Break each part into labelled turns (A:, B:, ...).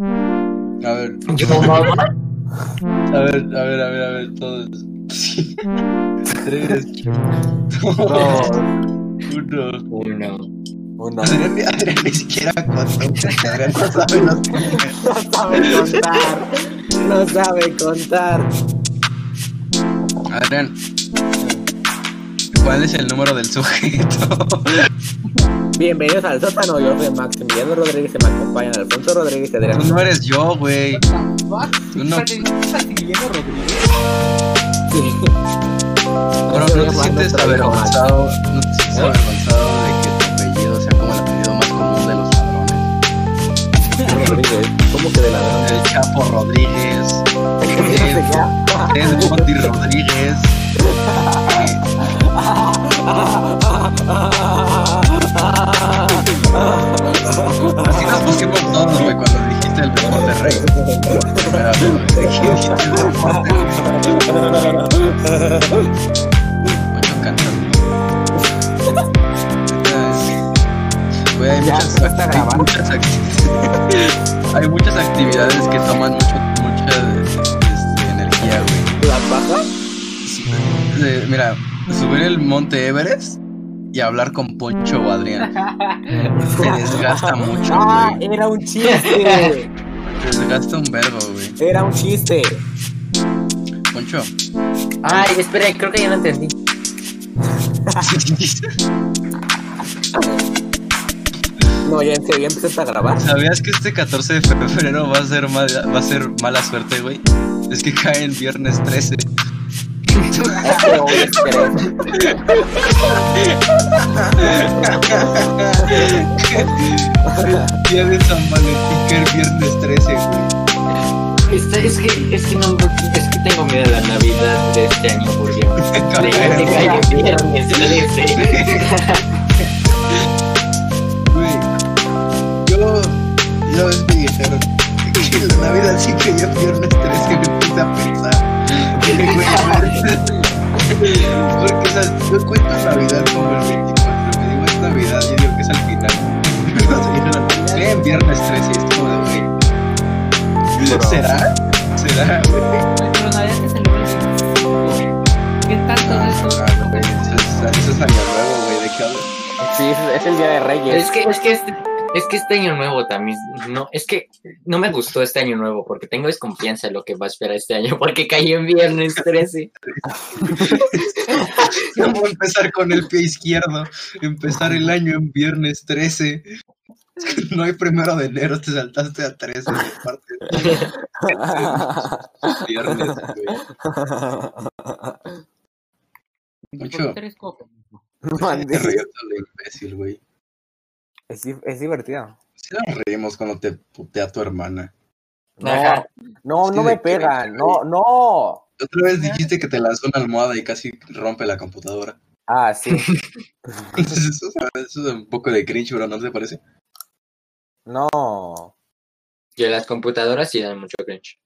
A: A ver,
B: Yo no,
A: a ver, a ver, a ver, a ver, todos. Tres, dos, uno.
C: Uno.
B: una.
A: Adrián, Adrián ni siquiera contó. Adrián no sabe los
D: No sabe contar. No sabe contar.
A: Adrián. ¿Cuál es el número del sujeto?
D: Bienvenidos al sótano. Yo soy Maximiliano Rodríguez y me acompañan Alfonso Rodríguez y Adrián.
A: Tú no eres yo, güey. Tú no. Bro, no te sientes avergonzado. No te sientes avergonzado de que tu apellido sea como el apellido más común de los padrones.
D: Rodríguez. ¿Cómo que de la verdad?
A: El Chapo Rodríguez. Es, es Gondi Rodríguez. Así nos pusimos todos, güey, cuando dijiste el de Monterrey. Primera vez, güey, que dijiste el de Monterrey. Coño, canta. Ay, Güey, hay
D: Ya,
A: muchas,
D: se está grabando.
A: muchas acti- hay muchas actividades que toman mucho, mucha este, energía, güey.
D: ¿La paja?
A: Eh, mira, subir el monte Everest y hablar con Poncho o Adrián. Te desgasta mucho,
D: Ah,
A: güey.
D: era un chiste.
A: Te desgasta un verbo, güey.
D: Era un chiste.
A: Poncho.
C: Ay, espera, creo que ya lo entendí.
D: No, ya en serio, ya empezaste a grabar.
A: ¿Sabías que este 14 de febrero va a ser mala, va a ser mala suerte, güey? Es que cae el viernes 13.
D: Este hombre es perezoso.
A: Día de San Valentín que el viernes 13, güey.
C: Esta- Este, es, que, es, que no, es que tengo miedo a la Navidad de este año, por Dios. De, de que haya viernes, trece.
A: Güey, yo una vez me dijeron que en la Navidad sí que ya viernes 13 me puse a pensar. Porque o sea, yo cuento Navidad como el 24, me digo es Navidad y digo que es al final. Pero se dijeron, "Ve en viernes 13 y es como de güey. ¿Será? ¿Será?
E: Pero nadie que se lo ¿Qué tanto de eso?
A: Ah, güey, Eso es- eso es año nuevo, güey, ¿de qué hablas?
D: Sí, es, es el día de Reyes.
C: Es que, es que este. Es que este año nuevo también, no, es que no me gustó este año nuevo porque tengo desconfianza en lo que va a esperar este año porque caí en viernes 13.
A: ¿Cómo empezar con el pie izquierdo? Empezar el año en viernes 13. No hay primero de enero, te saltaste a 13 de parte de viernes, güey. Mucho
E: Tres cocos.
A: te
D: Mandé.
A: reías a lo imbécil, güey.
D: Es, di- es divertido.
A: Si nos reímos cuando te putea tu hermana.
D: No,
C: Ajá.
D: no,
A: Sí, de
D: no me
A: que-
D: pega. No, no.
A: Otra vez dijiste que te lanzó una almohada y casi rompe la computadora.
D: Ah, sí.
A: Entonces, eso, es- eso es un poco de cringe, bro, ¿no te parece?
D: No.
C: Yo las computadoras sí dan mucho cringe.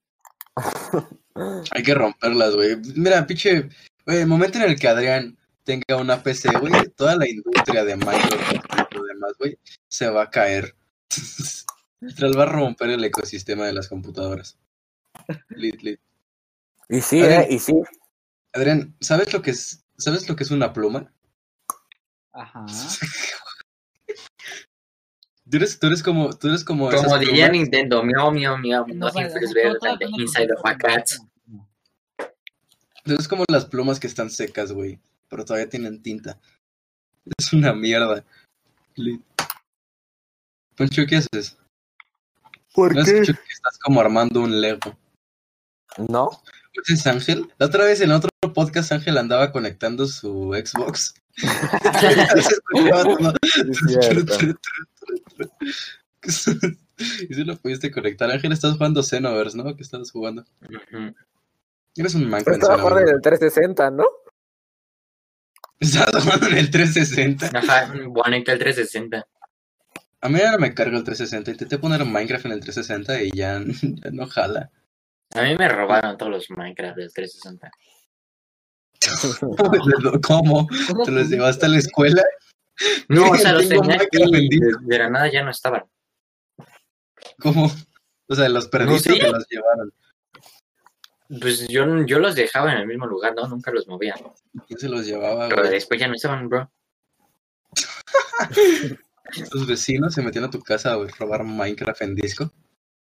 A: Hay que romperlas, güey. Mira, pinche. Güey, el momento en el que Adrián tenga una PC, güey, toda la industria de Microsoft y lo demás, güey, se va a caer. Literal, va a romper el ecosistema de las computadoras. Lit, lit.
D: Y sí,
A: Adrián.
D: eh, y sí.
A: Adrián, ¿sabes lo que es, ¿sabes lo que es una pluma?
E: Ajá.
A: Tú eres, tú eres como, tú eres como. esas
C: Pues Como diría
A: plumas-
C: Nintendo, miau, miau, miau,
E: No,
C: nothing
E: vale,
C: feels
E: no,
C: better
E: todo
C: than the
E: tiene
C: inside of a cat.
A: tú eres como las plumas que están secas, güey, pero todavía tienen tinta. Es una mierda. Lit. Poncho, ¿qué haces?
D: ¿Por
A: No escucho que estás como armando un Lego.
D: No.
A: ¿Ese es Ángel? La otra vez en otro podcast Ángel andaba conectando su Xbox. Se escuchaba todo. y si lo pudiste conectar, Ángel, estás jugando Xenoverse, ¿no? ¿Qué estás jugando?
C: Ujú.
A: Eres un manco
D: Pero
A: en
D: estaba jugando en
A: Xenoverse.
D: el 360, ¿no?
A: Estás jugando en el 360.
C: Ajá, bueno, está el 360.
A: A mí ahora me carga el 360. Intenté poner Minecraft en el 360 y ya, ya no jala.
C: A mí me robaron todos los Minecraft del 360.
A: Pues, ¿Cómo? ¿Te los llevaste a la escuela?
C: No, o sea, los
A: Tengo
C: tenía aquí
A: Minecraft
C: y
A: vendido.
C: de, de la nada ya no estaban.
A: ¿Cómo? O sea, los perdiste
C: ¿Sí?
A: y te los llevaron.
C: Pues yo, yo los dejaba en el mismo lugar, ¿no? Nunca los movía.
A: ¿Quién se los llevaba,
C: Pero
A: güey?
C: después ya no estaban, bro.
A: Tus vecinos se metieron a tu casa, güey, a robar Minecraft en disco.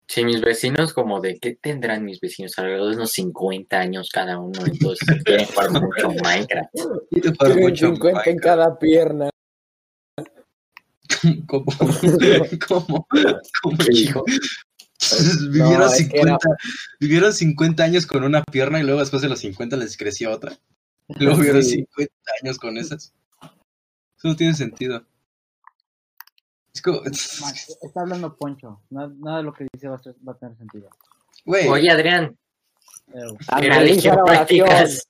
C: Sí, mis vecinos, como de qué tendrán mis vecinos, alrededor de unos 50 años cada uno, entonces quieren jugar mucho Minecraft.
A: Y te fueron
D: Tienen
A: mucho
D: 50 en
A: Minecraft.
D: cada pierna.
A: ¿Cómo? ¿Cómo? ¿Cómo, chico? Vivieron,
D: No, es que
A: 50,
D: era-
A: vivieron 50 años con una pierna y luego después de los 50 les creció otra. Luego
D: Sí.
A: vivieron 50 años con esas. Eso no tiene sentido. Es como...
B: Max, está hablando Poncho. na- Nada de lo que dice va a, ser- va a tener sentido. Eh,
A: Güey,
C: Oye, Adrián,
B: Ew.
C: ¿era de
D: Analiza
C: quién
D: la oración.
C: practicas?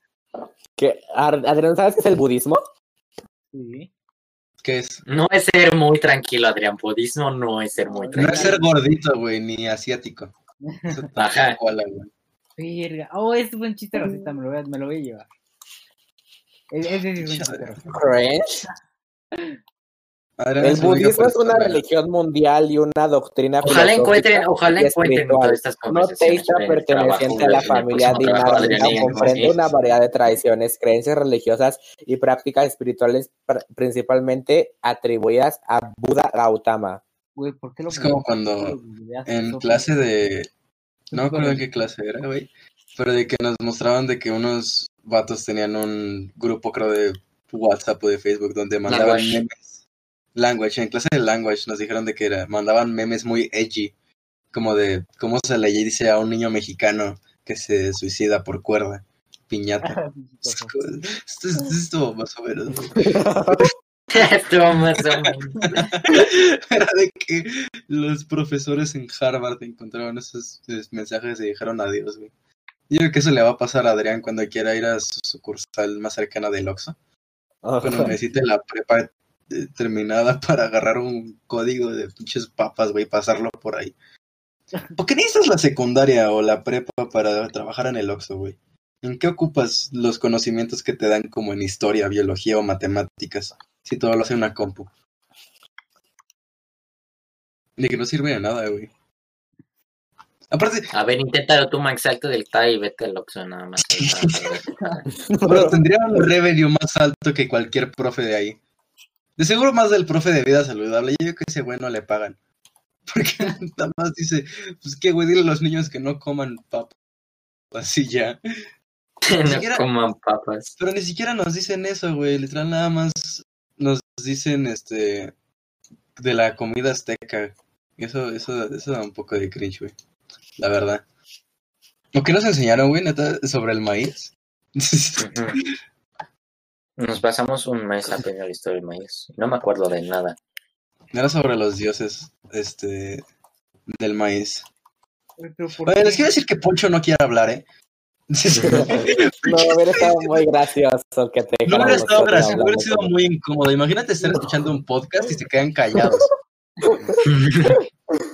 D: Que, Ar- Adrián, ¿sabes qué es el budismo?
B: Sí.
A: ¿qué es?
C: No es ser muy tranquilo, Adrián. Budismo no es ser muy
A: No es
C: tranquilo.
A: ser gordito, güey, ni asiático. Eso tal
C: Ajá.
A: cual, güey.
B: Verga. Oh, es buen chiste racista. Me lo voy a, me lo voy a llevar. Es, ese sí es un chiste racista.
D: Cringe.
A: Adrián
D: El
A: es el único
D: budismo es una
A: persona-
D: religión mundial y una doctrina
C: Ojalá encuentren,
D: filosófica
C: ojalá
D: y
C: encuentren
D: espiritual.
C: todas estas
D: no
C: conversaciones.
D: teísta
C: en el
D: perteneciente
C: trabajo,
D: a la
C: en el
D: familia
C: próximo trabajo,
D: Dinardina
C: Adrián,
D: comprende
C: entonces,
D: una variedad de tradiciones, creencias religiosas y prácticas espirituales pr- principalmente atribuidas a Buda Gautama.
B: Güey, ¿por qué lo
A: Es como
B: lo
A: cuando
B: googleaste,
A: en
B: Sofi?
A: clase de No me
B: Súper.
A: acuerdo en qué clase era, güey. Pero de que nos mostraban de que unos vatos tenían un grupo, creo, de WhatsApp o de Facebook donde mandaban
C: Language.
A: memes. Language, en clase de language nos dijeron de que era, mandaban memes muy edgy, como de cómo se le dice a un niño mexicano que se suicida por cuerda, piñata.
B: Sofi.
A: Esto es esto, más o menos.
C: Estuvo más o menos.
A: Era de que los profesores en Harvard encontraron esos eh, mensajes y dijeron adiós, güey. Yo creo que eso le va a pasar a Adrián cuando quiera ir a su sucursal más cercana del Oxxo. Cuando necesite la prepa eh, terminada para agarrar un código de pinches papas, güey, y pasarlo por ahí. ¿Por qué necesitas la secundaria o la prepa para trabajar en el Oxxo, güey? ¿En qué ocupas los conocimientos que te dan como en historia, biología o matemáticas? Si todo lo hace una compu. De que no sirve de nada, güey. Aparte,
C: A ver, inténtalo tú, Max, salto del TAI y vete al Oxxo nada más.
A: Pero tendría un revenue más alto que cualquier profe de ahí. De seguro más del profe de vida saludable. Yo creo que ese güey no le pagan. Porque nada más dice, pues qué güey, dile a los niños que no coman papas Así ya.
C: No
A: siquiera-
C: coman papas.
A: Pero ni siquiera nos dicen eso, güey. Literal nada más nos dicen este de la comida azteca. Eso, eso, eso da un poco de cringe, güey. La verdad. ¿Lo que nos enseñaron, güey, neta, sobre el maíz?
C: Ujú. Nos pasamos un mes aprendiendo la historia del maíz. No me acuerdo de nada.
A: No era sobre los dioses este del maíz.
B: Güey, pero ¿por
A: Oye, les
B: qué?
A: quiero decir que Poncho no quiere hablar, ¿eh?
D: No, hubiera estado muy gracioso que te
A: No hubiera
D: dejáramos
A: estado
D: nosotros
A: gracioso, hubiera
D: hablando
A: sido
D: con-
A: muy incómodo. Imagínate estar escuchando un podcast y se quedan callados.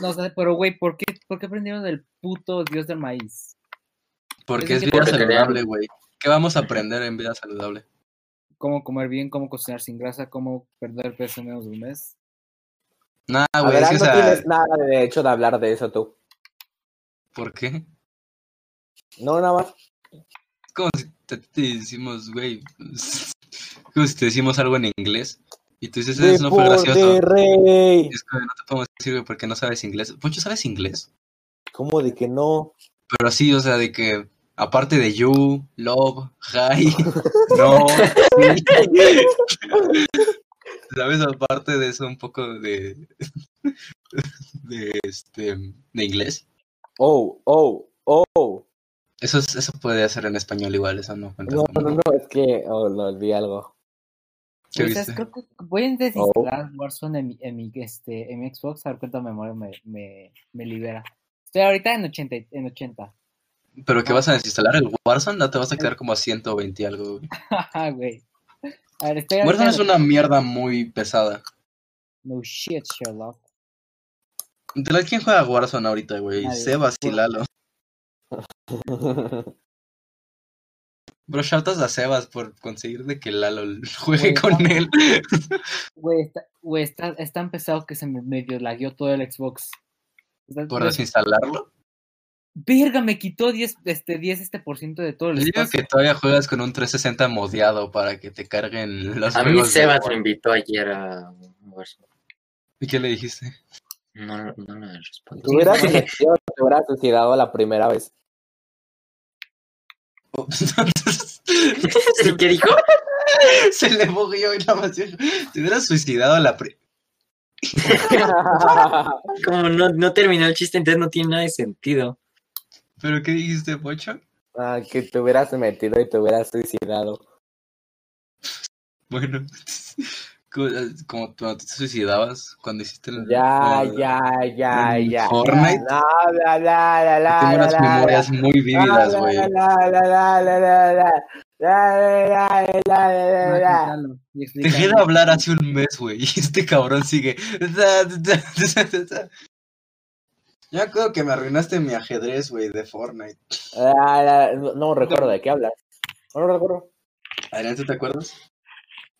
B: No sé, pero güey, ¿por qué, ¿por qué aprendieron del puto dios del maíz?
A: Porque es
B: Es que
A: vida
C: porque
A: saludable,
C: crean.
A: güey. ¿Qué vamos a aprender en vida saludable?
B: ¿Cómo comer bien? ¿Cómo cocinar sin grasa? ¿Cómo perder peso en menos de un mes?
A: Nah,
D: A
A: güey,
D: ver,
A: es que,
D: no
A: o sea,
D: tienes nada de derecho de hablar de eso tú.
A: ¿por qué?
D: No, nada más.
A: Es como si te, te decimos, güey, es como si te decimos algo en inglés y tú dices, eso no fue
D: Deporte
A: gracioso.
D: Rey.
A: Y Es que no te podemos decir, güey, porque no sabes inglés. Poncho, ¿sabes inglés?
D: ¿Cómo de que no?
A: Pero sí, o sea, de que aparte de you, love, hi, no, sí. ¿Sabes? Aparte de eso, un poco de. de este. de inglés.
D: Oh, oh, oh.
A: Eso, es- eso puede hacer en español igual, eso no cuenta.
D: No,
A: como-
D: no, no, es que oh, lo olvidé algo.
A: ¿Qué
B: Güey, ¿sabes?
A: viste?
B: Creo pues que voy
A: Oh.
B: a desinstalar Warzone en mi, en mi, este, en mi Xbox, a ver cuánta memoria me, me, me libera. Estoy ahorita en 80. y- En 80.
A: Pero ¿qué vas a desinstalar? ¿El Warzone? No te vas a quedar como a 120 y algo. güey.
B: Ajá, güey. A ver, estoy ahorita
A: Warzone es
B: en-
A: una mierda muy pesada.
B: No shit, Sherlock.
A: ¿De la quién juega Warzone ahorita, güey?
B: Nadie.
A: Sebas y Lalo. Bro, shoutas a Sebas por conseguir de que Lalo juegue
B: Güey,
A: con
B: no.
A: él.
B: Güey, está, güey, está, es tan pesado que se me medio lagueó todo el Xbox.
A: ¿Podrás instalarlo?
B: Verga, me quitó 10, este, 10 este por ciento de todo el
A: Yo digo
B: espacio.
A: que todavía juegas con un 360 modeado para que te carguen los
C: A mí
A: juegos de
C: Sebas
A: War.
C: me invitó ayer a Warzone.
A: ¿Y qué le dijiste?
C: No, no le respondí.
D: Tú hubieras elegido, te hubieras suicidado la primera vez.
A: Entonces,
C: ¿Y qué dijo?
A: se le bugueó y nada más dijo, te hubieras suicidado a la pri...
C: Como no, no terminó el chiste, entonces no tiene nada de sentido.
A: ¿Pero qué dijiste, Pocho?
D: Ah, que te hubieras metido y te hubieras suicidado.
A: Bueno, como, como cuando te suicidabas cuando hiciste el...
D: Ya,
A: el-
D: ya, ya,
A: Ah, en
D: ya.
A: Fortnite.
D: No, la, la, la, la,
A: Tengo unas
D: la, la,
A: memorias muy
D: la,
A: vívidas,
D: la,
A: güey.
D: la, la, la, la, la, la, la, la, la, la, la.
B: Explícalo, y
A: Dejé
B: explícalo.
A: de hablar hace un mes, güey, y este cabrón sigue. Yo me acuerdo que me arruinaste mi ajedrez, güey, de Fortnite.
D: Ah, la- no, no recuerdo de qué hablas. No lo recuerdo.
A: Adrián, ¿tú te acuerdas?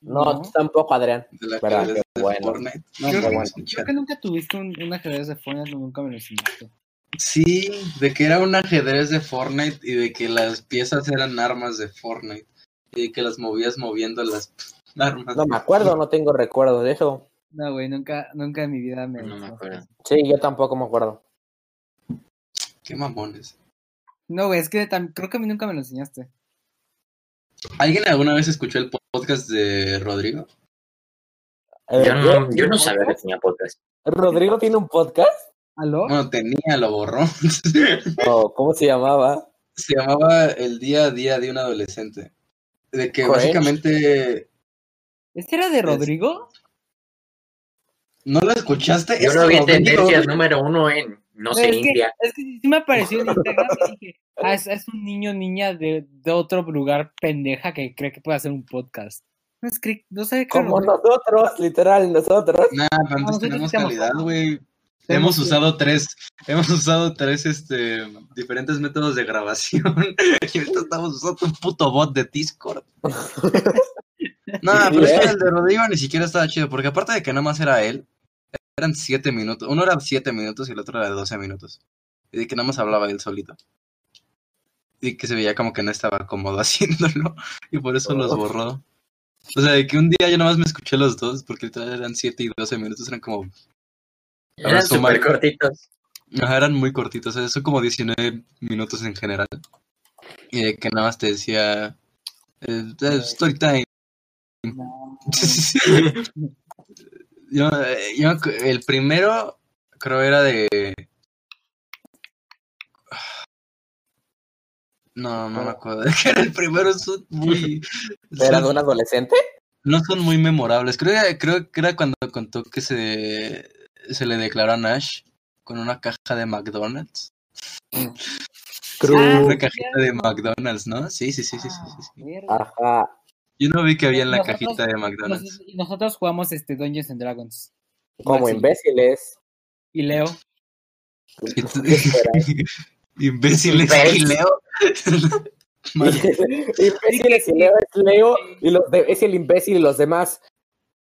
D: No,
B: No.
D: tú tampoco, Adrián.
A: De la
D: Verdad,
A: ajedrez
D: qué
A: de
D: bueno.
A: Fortnite.
D: No, qué bueno.
B: Creo que nunca tuviste un, un ajedrez de Fortnite, nunca me lo enseñaste.
A: Sí, de que era un ajedrez de Fortnite y de que las piezas eran armas de Fortnite. Y de que las movías moviendo las armas.
D: No me acuerdo, no tengo recuerdos de eso.
B: No, güey, nunca, nunca en mi vida me.
C: Pues No me acuerdo.
D: Sí, yo tampoco me acuerdo.
A: Qué mamones.
B: No, güey, es que tam- creo que a mí nunca me lo enseñaste.
A: ¿Alguien alguna vez escuchó el podcast de Rodrigo?
D: Eh,
C: Yo no, yo
D: ¿tiene
C: no
D: un
C: sabía que
D: podcast?
C: tenía podcast.
D: ¿Rodrigo tiene un podcast?
B: ¿Aló?
A: Bueno, tenía, lo borró.
D: ¿O ¿Cómo se llamaba?
A: se llamaba El día a día de un adolescente. De que
D: Correcto.
A: básicamente
B: ¿Este era de Rodrigo?
A: no lo escuchaste.
C: Yo
A: Es
C: no vi
A: Rodrigo.
C: tendencias número uno en, no sé,
B: Pero es, que,
C: India.
B: es que sí me apareció en Instagram y dije, ah, es, es un niño niña de, de otro lugar pendeja que cree que puede hacer un podcast. No, es que- no sé qué.
D: Como nosotros, literal, nosotros.
B: Pues,
A: Nah, pero antes
B: Nosotros
A: tenemos
B: estamos
A: calidad,
B: mal.
A: güey. Hemos
B: Tenemos que-
A: usado tres, hemos usado tres este diferentes métodos de grabación. y ahorita estamos usando un puto bot de Discord. no, pero es que el de Rodrigo ni siquiera estaba chido, porque aparte de que nada más era él, eran siete minutos. Uno era siete minutos y el otro era de doce minutos. Y de que nada más hablaba él solito. Y que se veía como que no estaba cómodo haciéndolo. Y por eso los
D: Oh.
A: borró. O sea, de que un día yo nada más me escuché los dos, porque literal eran siete y doce minutos, eran como
C: Eran
A: suma-
C: súper cortitos.
A: Ajá, eran muy cortitos, o sea, son como 19 minutos en general. Y de que nada más te decía eh, eh, story time. yo,
B: No,
A: eh, yo me acu- el primero creo era de. No, no me acuerdo de qué era el primero, son muy.
D: ¿Era
A: son-
D: de un adolescente?
A: no son muy memorables. Creo, que- creo que era cuando contó que se, se le declaró a Nash con una caja de McDonald's.
B: Ah,
A: Una cajita de McDonald's, ¿no? Sí, sí, sí, sí, sí, sí, sí.
B: verga.
D: Ajá.
A: Yo no vi que había en la
B: Nosotros-
A: cajita de McDonald's.
B: Nos- y nosotros jugamos este Dungeons and Dragons.
D: Como
B: Máximo.
D: imbéciles.
B: Y Leo.
A: Imbéciles y Leo.
D: imbéciles y Leo es Leo y los de- es el imbécil y los demás.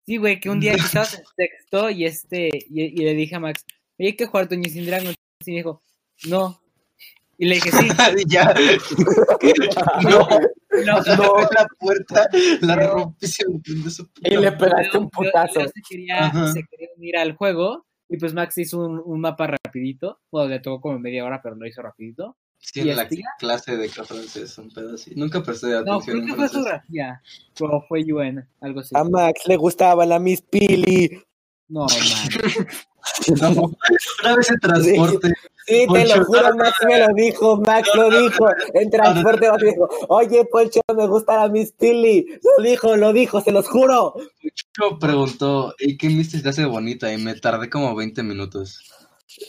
B: Sí, güey, que un día quizás textó y este, y, y le dije a Max, oye, hay que jugar Dungeons and Dragons. Y me dijo, no. Y le dije, sí,
A: ya. No,
B: no.
A: no, la puerta la rompiste.
D: Y le pegaste un
B: Leo-
D: putazo.
B: Leo se, quería,
A: Ajá.
B: se quería unir al juego. Y pues Max hizo un, un mapa rapidito. Bueno, le tocó como media hora, pero lo hizo rapidito.
A: Sí, en la clase de francés, un pedo así. Nunca presté
B: No,
A: atención
B: creo que
A: en
B: fue
A: francés.
B: geografía. O fue UN, algo así.
D: A Max le gustaba la Miss Pili.
B: No, man.
A: No, una vez en transporte.
D: Sí, te
A: Poncho,
D: lo juro, Max me lo dijo, Max lo dijo. En transporte Max dijo, oye, Poncho, me gusta la Miss Pili. Lo dijo, lo dijo, se los juro.
A: Yo preguntó, ¿y qué mister te hace bonita? Y me tardé como 20 minutos.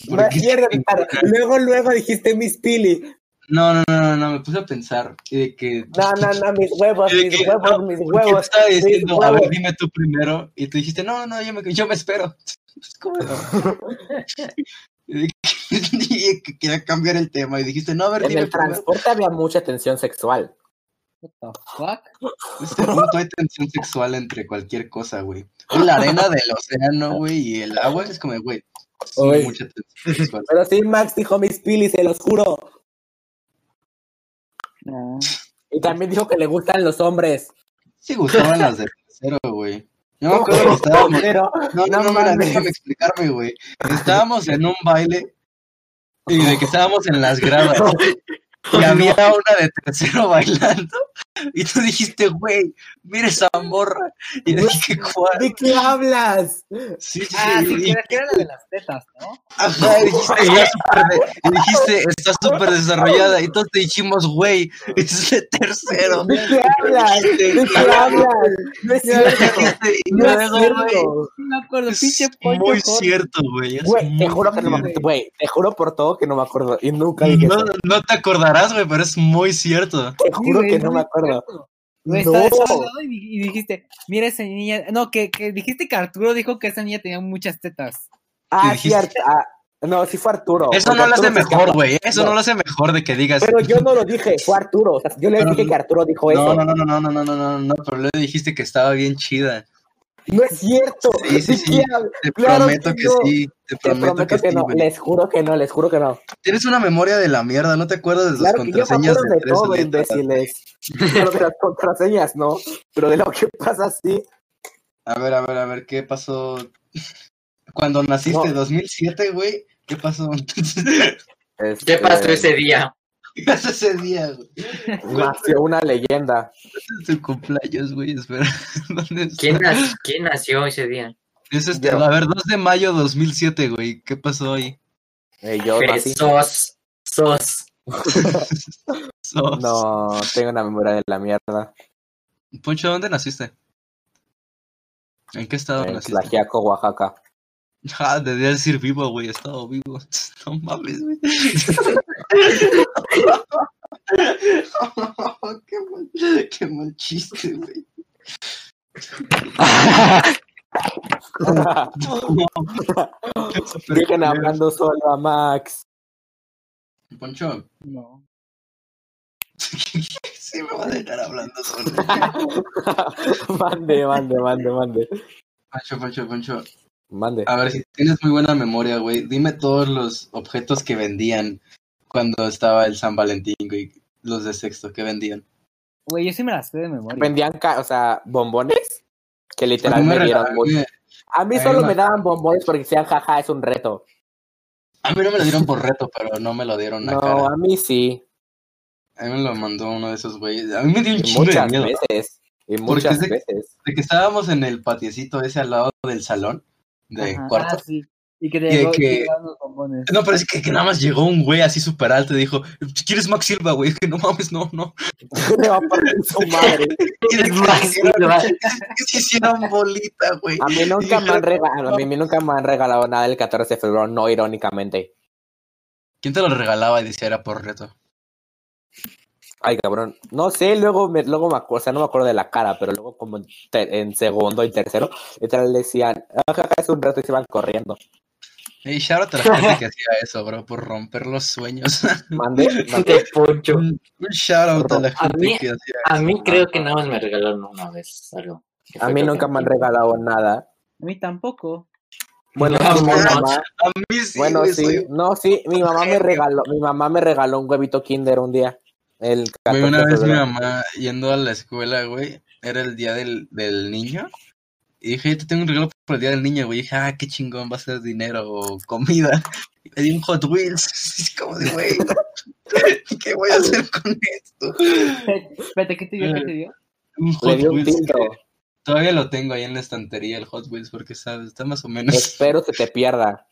D: Ma-
A: Porque-
D: mierda, para- Luego, luego dijiste Miss Pili.
A: No, no, no, no, no, me puse a pensar. Y de que
D: No, no, no, mis huevos,
A: Sí,
D: mis
A: que-
D: huevos,
A: no,
D: mis
A: Porque
D: huevos.
A: estaba
D: mis
A: diciendo, a
D: huevos.
A: ver, dime tú primero. Y tú dijiste, no, no, yo me, yo me espero. Es como- y dije que quería cambiar el tema. Y dijiste, no, a ver,
D: En
A: dime
D: el
A: primero.
D: transporte había mucha tensión sexual.
B: What the fuck?
A: En este punto hay tensión sexual entre cualquier cosa, güey. Y La arena del océano, güey, y el agua es como, güey, Sí,
D: Oye.
A: mucha tensión sexual.
D: Pero sí, Max dijo mis pilis, se los juro.
B: No.
D: Y también dijo que le gustan los hombres.
A: Sí, gustaban las de tercero, güey. Yo me acuerdo que estábamos.
D: Pero,
A: No, no,
D: No
A: no, mira,
D: mames.
A: déjame explicarme, güey. Estábamos en un baile y de que estábamos en las gradas. Y había una de tercero bailando. Y tú dijiste, güey, mira esa morra. Y yo dije, ¿cuál?
D: ¿de qué hablas?
A: Sí, sí.
B: Ah, sí,
A: y-
B: que era, que era la de las tetas, ¿no?
A: Ajá, y dijiste, está súper de- y dijiste, está súper desarrollada. Y entonces te dijimos, güey, es de tercero.
D: ¿De qué hablas? ¿De qué hablas? No es cierto.
A: Y
D: No es
A: luego, güey,
D: cierto.
B: Sí, me acuerdo, pinche
A: es
B: pollo.
A: muy
B: gordo.
A: cierto, güey. es
D: Güey, te
A: muy
D: juro que no me
A: cierto.
D: acuerdo. Güey, te juro por todo que no me acuerdo. Y nunca dije
A: No,
D: eso.
A: no te acordarás, güey, pero es muy cierto.
D: Te
B: Sí,
D: juro
B: güey,
D: que no me acuerdo.
B: Güey,
D: No.
B: estabas al lado y, di- y dijiste, mira esa niña. No, que, que dijiste que Arturo dijo que esa niña tenía muchas tetas.
D: Ah,
A: dijiste-
D: sí, Art- ah, no, sí fue Arturo.
A: Eso
D: Porque
A: no lo hace
D: Arturo se
A: mejor,
D: escapa.
A: güey. Eso no
D: No.
A: lo hace mejor de que digas.
D: Pero yo no lo dije, fue Arturo. O sea, yo le
A: Pero-
D: dije que Arturo dijo
A: No,
D: eso.
A: no, no, no, no, no, no, no, no, no, pero le dijiste que estaba bien chida.
D: No es cierto.
A: Sí, sí,
D: ¿De
A: sí.
D: qué hablas?
A: Te
D: Claro
A: prometo
D: que
A: que
D: no.
A: sí, te
D: Te
A: prometo, que, sí,
D: no.
A: güey.
D: Les juro que no, les juro que no.
A: Tienes una memoria de la mierda, no te acuerdas de las
D: Claro que yo me
A: contraseñas
D: acuerdo de
A: tres
D: todo,
A: letras.
D: imbéciles. Pero de las contraseñas, no. Pero de lo que pasa, sí.
A: A ver, a ver, a ver, ¿qué pasó? Cuando naciste,
D: No.
A: 2007, güey, ¿qué pasó?
C: ¿Qué
D: Este,
C: pasó ese día?
A: ¿Qué pasó ese día, güey?
D: Nació una leyenda.
A: Es tu cumpleaños, güey, espera. ¿Dónde está?
C: ¿Quién, nas- quién nació ese día?
A: Es este,
D: Yo.
A: a ver, 2 de mayo 2007, güey. ¿Qué pasó ahí?
D: Eh, yo nací.
C: Sos. Sos.
A: Sos.
D: No, tengo una memoria de la mierda.
A: Poncho, ¿dónde naciste? ¿En qué estado
D: En
A: naciste?
D: Tlajiaco, Eh, Oaxaca.
A: Ah, debía decir vivo, güey. Estado vivo. No mames, güey. qué, mal, qué mal chiste, güey. Pero-
D: Dejen hablando solo a Max.
A: Poncho,
B: No.
A: sí me va a dejar hablando solo.
D: mande, mande, mande, mande.
A: Poncho, Poncho, Poncho.
D: Mande.
A: A ver, si tienes muy buena memoria, güey, dime todos los objetos que vendían cuando estaba el San Valentín, güey. Los de sexto, ¿qué vendían?
B: Güey, yo sí me las sé de memoria.
D: Vendían, ca- o sea, bombones. Que
A: A mí
D: literal
A: me
D: me dieron
A: regalaron-
D: mucho. A mí
A: a mí
D: solo
A: me-
D: me daban bombones porque decían, jaja, es un reto.
A: a mí no me lo dieron por reto, pero no me lo dieron a
D: No,
A: cara.
D: a mí sí.
A: A mí me lo mandó uno de esos güeyes. A mí me dio un
D: Y
A: chingo de
D: muchas
A: miedo.
D: veces. Y
A: Porque
D: muchas
A: es de-
D: veces.
A: De que estábamos en el patiecito ese al lado del salón, de
B: Ajá,
A: cuarto.
B: ah, sí. Y que te
A: Que-
B: llegó y
A: que-
B: te llegaron los bombones.
A: No, pero es que, que nada más llegó un güey así súper alto y dijo, ¿quieres Max Silva, güey? Que no mames, no, no.
D: Le va a partir su madre.
A: Y de que
C: Max
A: se hicieron-
C: Silva.
A: que se hicieron bolita, güey.
D: A mí nunca me han regalado, a mí nunca me han regalado nada el 14 de febrero, no irónicamente.
A: ¿Quién te lo regalaba y decía era por reto?
D: Ay, cabrón. No sé, luego me, luego me acuerdo, o sea, no me acuerdo de la cara, pero luego como en, te- en segundo y tercero, literal decían, "Ah, jaja, es un reto y se iban corriendo.
A: Y shout out a la gente que hacía eso, bro, por romper los sueños.
D: Mandé, mandé.
C: De poncho.
A: un, un shout out a la
C: A mí-
A: gente que hacía
C: A mí creo que nada más me regalaron una vez algo.
D: A mí nunca me han regalado nada.
B: A mí tampoco.
D: Bueno,
C: Ah, No,
D: sí, mi
C: no,
D: mamá-
A: A mí sí,
D: bueno,
A: güey, soy-
D: sí, no, sí, mi mamá me regaló, mi mamá me regaló un huevito Kinder un día. El
A: Güey,
D: 14
A: una
D: de
A: vez mi
D: febrero.
A: mamá yendo a la escuela, güey, era el día del, del niño. Y dije, yo te tengo un regalo por el día del niño, güey. Y dije, ah, qué chingón, va a ser dinero o comida. Y me di un Hot Wheels. Es como de, güey, ¿qué voy a hacer con esto?
B: Espérate, ¿qué te dio? ¿Qué te dio?
A: Un
D: Le
A: Hot
D: di un
A: Wheels.
D: tildo.
A: Todavía lo tengo ahí en la estantería, el Hot Wheels, porque, ¿sabes? Está más o menos.
D: Espero que te pierda.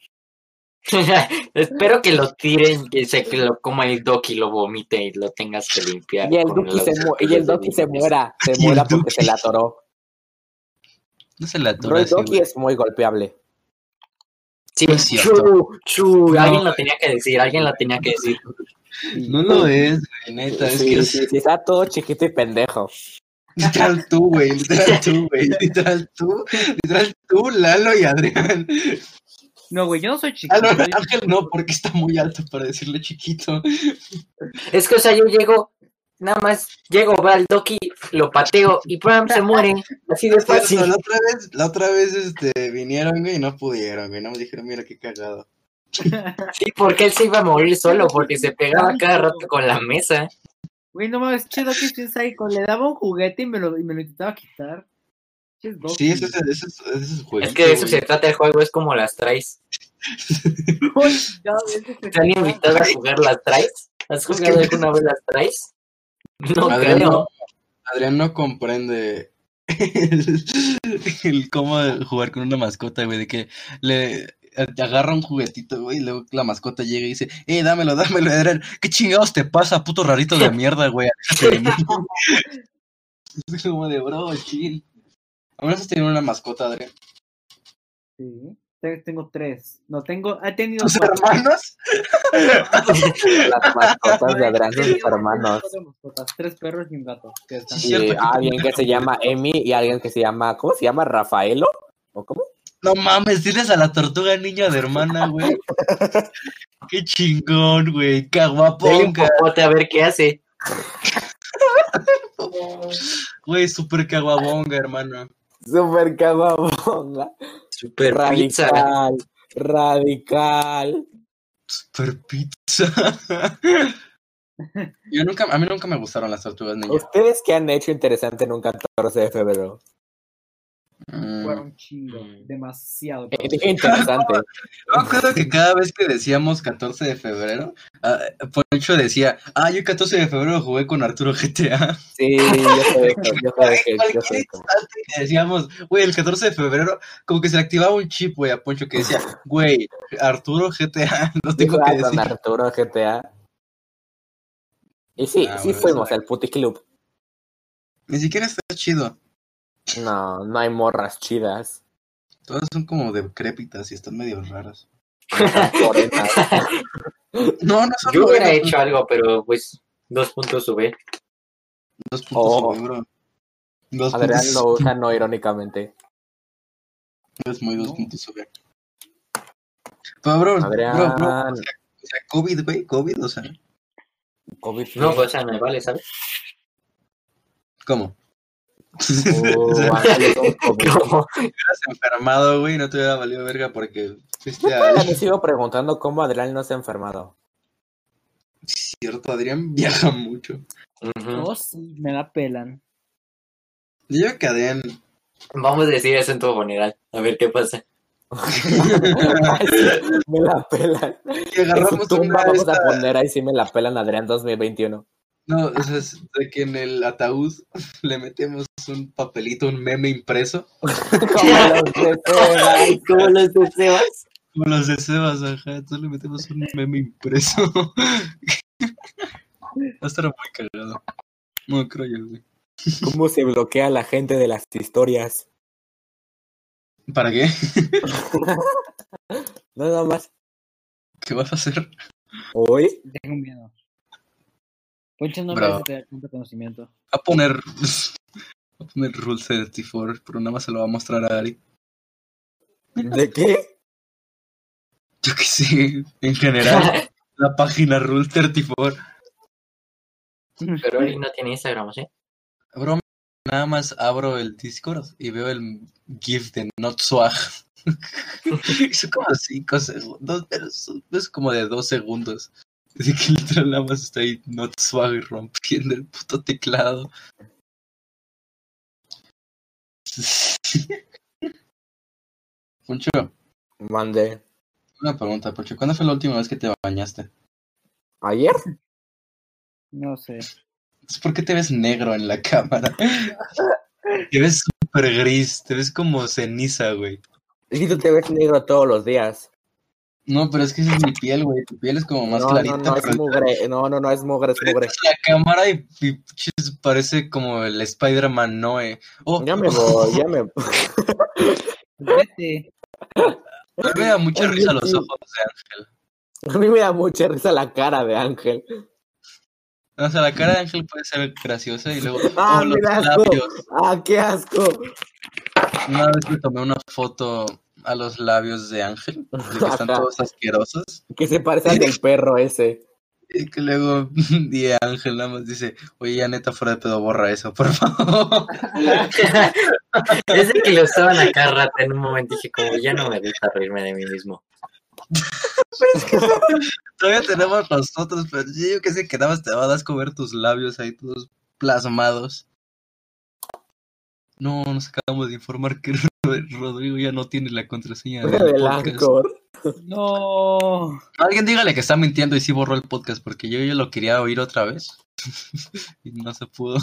C: Espero que lo tiren, que se que lo coma el Doki, lo vomite y lo tengas que limpiar.
D: Y el
C: con
D: Doki
C: los
D: se, mu- y el
C: cepillos de
D: Doki se
C: dientes.
D: muera, se
A: Y el
D: muera porque
A: Doki.
D: se la atoró.
A: No se la
D: Bro,
A: atora
D: el
A: así,
D: Doki
A: güey.
D: es muy golpeable.
C: Sí,
A: No es cierto.
C: chu, chu,
A: No.
C: alguien lo tenía que decir, alguien lo tenía que decir.
A: No lo es, güey, neta. Es que
D: Sí,
A: es
D: sí, sí, está todo chiquito y pendejo.
A: literal tú, güey. Literal tú, güey. Literal tú. Literal tú, Lalo y Adrián.
B: No, güey, yo no soy
A: Ah,
B: chiquito.
A: no,
B: yo-
A: Ángel no, porque está muy alto para decirle chiquito.
C: Es que, o sea, yo llego Nada más llego, va al Doki, lo pateo y ¡pam! se muere. Así de
A: Cierto,
C: fácil.
A: la otra vez, la otra vez este, vinieron, güey, y no pudieron, güey. No me dijeron, mira qué cagado.
C: Sí, porque él se iba a morir solo, porque se pegaba cada rato con la mesa.
B: Güey, no mames, che Doki sí es psycho. Le daba un juguete y me lo, y me lo intentaba quitar. Che Doki.
A: Sí, ese es ese es, ese es jueguito,
C: Es que de eso se
A: güey.
C: trata el juego, es como las traes.
B: Ay, ya, ese es el-
C: ¿Te han invitado a jugar las traes? ¿Has jugado alguna vez las traes? No
A: Adrián, no,
C: creo.
A: Adrián no comprende el, el cómo jugar con una mascota, güey, de que le te agarra un juguetito, güey, y luego la mascota llega y dice, eh, dámelo, dámelo, Adrián, ¿qué chingados te pasa, puto rarito de mierda, güey? Aléjate de mí". es como de, bro, chill. A menos tiene una mascota, Adrián.
B: Sí. Te- Tengo tres. No, tengo. He tenido
A: ¿Tus
B: cuatro.
A: hermanos?
D: Las mascotas de Adrián son sus hermanos.
B: eh, Cuatro mascotas, Tres perros y un gato. que están-
A: Sí.
D: Y
A: Cierto que-
D: alguien que se llama Emi y alguien que se llama, ¿cómo se llama? ¿Rafaelo? ¿O cómo?
A: No mames, tienes a la tortuga niña de hermana, güey. Qué chingón, güey. Qué
C: Dale un
A: guaponga.
C: popote a ver qué hace.
A: Güey, súper caguabonga, hermano.
D: Super caguabonga.
C: Super pizza.
D: Radical. Radical.
A: Súper pizza. Yo nunca, a mí nunca me gustaron las tortugas niñas.
D: ¿Ustedes qué han hecho interesante en un 14 de febrero?
A: Mm.
B: Fueron un chingo. Demasiado.
D: Eh, dije interesante.
A: Yo me acuerdo que cada vez que decíamos 14 de febrero, ah, Poncho decía, ah, yo 14 de febrero jugué con Arturo GTA.
D: Sí, yo sé eso, yo sé eso, yo
A: Cualquier
D: sé eso.
A: instante que decíamos, güey, el 14 de febrero, como que se le activaba un chip, güey, a Poncho que decía, güey, Arturo GTA, no
D: Yo
A: tengo
D: jugaba
A: que
D: con
A: decir.
D: Arturo GTA. Y sí,
A: Ah,
D: sí
A: bueno,
D: fuimos
A: eso-
D: al puticlub.
A: Ni siquiera está chido.
D: No, no hay morras chidas.
A: Todas son como decrépitas y están medio raras.
D: morenas.
A: No, no son
C: Yo hubiera
A: morenas,
C: hecho algo, pero pues dos puntos sube.
A: Dos puntos
D: Oh.
A: sube, bro. Dos
D: Adrián
A: puntos
D: lo usa no irónicamente.
A: es muy dos puntos sube. Pero, bro,
C: ah.
A: bro, bro,
D: Adrián,
A: o sea, COVID, güey, COVID, o sea,
D: COVID.
C: No,
A: pues.
C: o sea, me vale, ¿sabes?
A: ¿cómo?
D: Oh,
A: o sea,
D: Ángeles, un COVID.
C: Como
A: estás enfermado, güey, no te hubiera valido verga porque fuiste a...
D: Me sigo preguntando cómo Adrián no se ha enfermado.
A: cierto, Adrián viaja mucho.
C: Ujú.
B: No, sí, me la pelan.
A: Yo digo que Adrián...
C: Vamos a decir eso en tu funeral. A ver qué pasa.
D: me la pelan.
A: que
D: En su
A: agarramos
D: tumba
A: una de
D: vamos a
A: estas-
D: poner ahí sí me la pelan Adrián 2021.
A: No, o sea, es de que en el ataúd le metemos un papelito, un meme impreso.
D: Como los de Sebas.
A: Como
C: ¿Cómo los deseas?
A: los de Sebas, ajá, entonces le metemos un meme impreso. Va a estar muy cagado. No creo yo, güey.
D: ¿Cómo se bloquea a la gente de las historias?
A: ¿Para qué?
D: Nada más.
A: ¿Qué vas a hacer?
D: Hoy
B: Tengo miedo. Poncho no
A: Bro.
B: merece tener tanto conocimiento.
A: Va a poner. Va a poner Rule 34, pero nada más se lo va a mostrar a Ari.
D: ¿De qué?
A: Yo qué sé, en general, la página Rule 34.
C: Pero él no tiene Instagram, ¿sí?
A: Bro, nada más abro el Discord y veo el GIF de Not Swag. son como 5 segundos, pero son- es como de 2 segundos. Así que literal nada más está ahí Not Swag rompiendo el puto teclado. Poncho,
D: Mandé.
A: una pregunta, Poncho. ¿Cuándo fue la última vez que te bañaste?
D: ¿Ayer?
B: No sé.
A: Entonces, ¿Por qué te ves negro en la cámara? te ves súper gris, te ves como ceniza, güey.
D: Es que tú te ves negro todos los días.
A: No, pero es que esa es mi piel, güey. Tu piel es como más
D: no,
A: clarita.
D: no, no,
A: pero
D: es mugre. No, no, no, es mugre, es mugre.
A: la cámara y, y, chis, parece como el Spider-Man Noe. Oh,
D: Ya me voy, ya me voy.
B: Vete.
A: me da mucha
D: Oye,
A: risa los
D: sí.
A: ojos de Ángel.
D: A mí me da mucha risa la cara de Ángel.
A: O sea, la cara de Ángel puede ser graciosa y luego.
D: Ah,
A: oh, los
D: mira, asco.
A: labios.
D: ¡Ah, qué asco!
A: Una vez me tomé una foto a los labios de Ángel, de que están
D: Ajá.
A: todos asquerosos.
D: Que se parece al del perro ese.
A: Y que luego y Ángel nada más dice, oye, ya neta, fuera de pedo, borra eso, por favor.
C: Desde que lo usaban a cada rato en un momento dije como ya no me gusta reírme de mí mismo.
A: Todavía tenemos nosotros, pero yo digo que se que nada más te vas a comer tus labios ahí todos plasmados. No, nos acabamos de informar que Rodrigo ya no tiene la contraseña del
D: Del
A: podcast.
D: Anchor.
B: No.
A: Alguien dígale que está mintiendo y sí borró el podcast porque yo ya lo quería oír otra vez y no se pudo.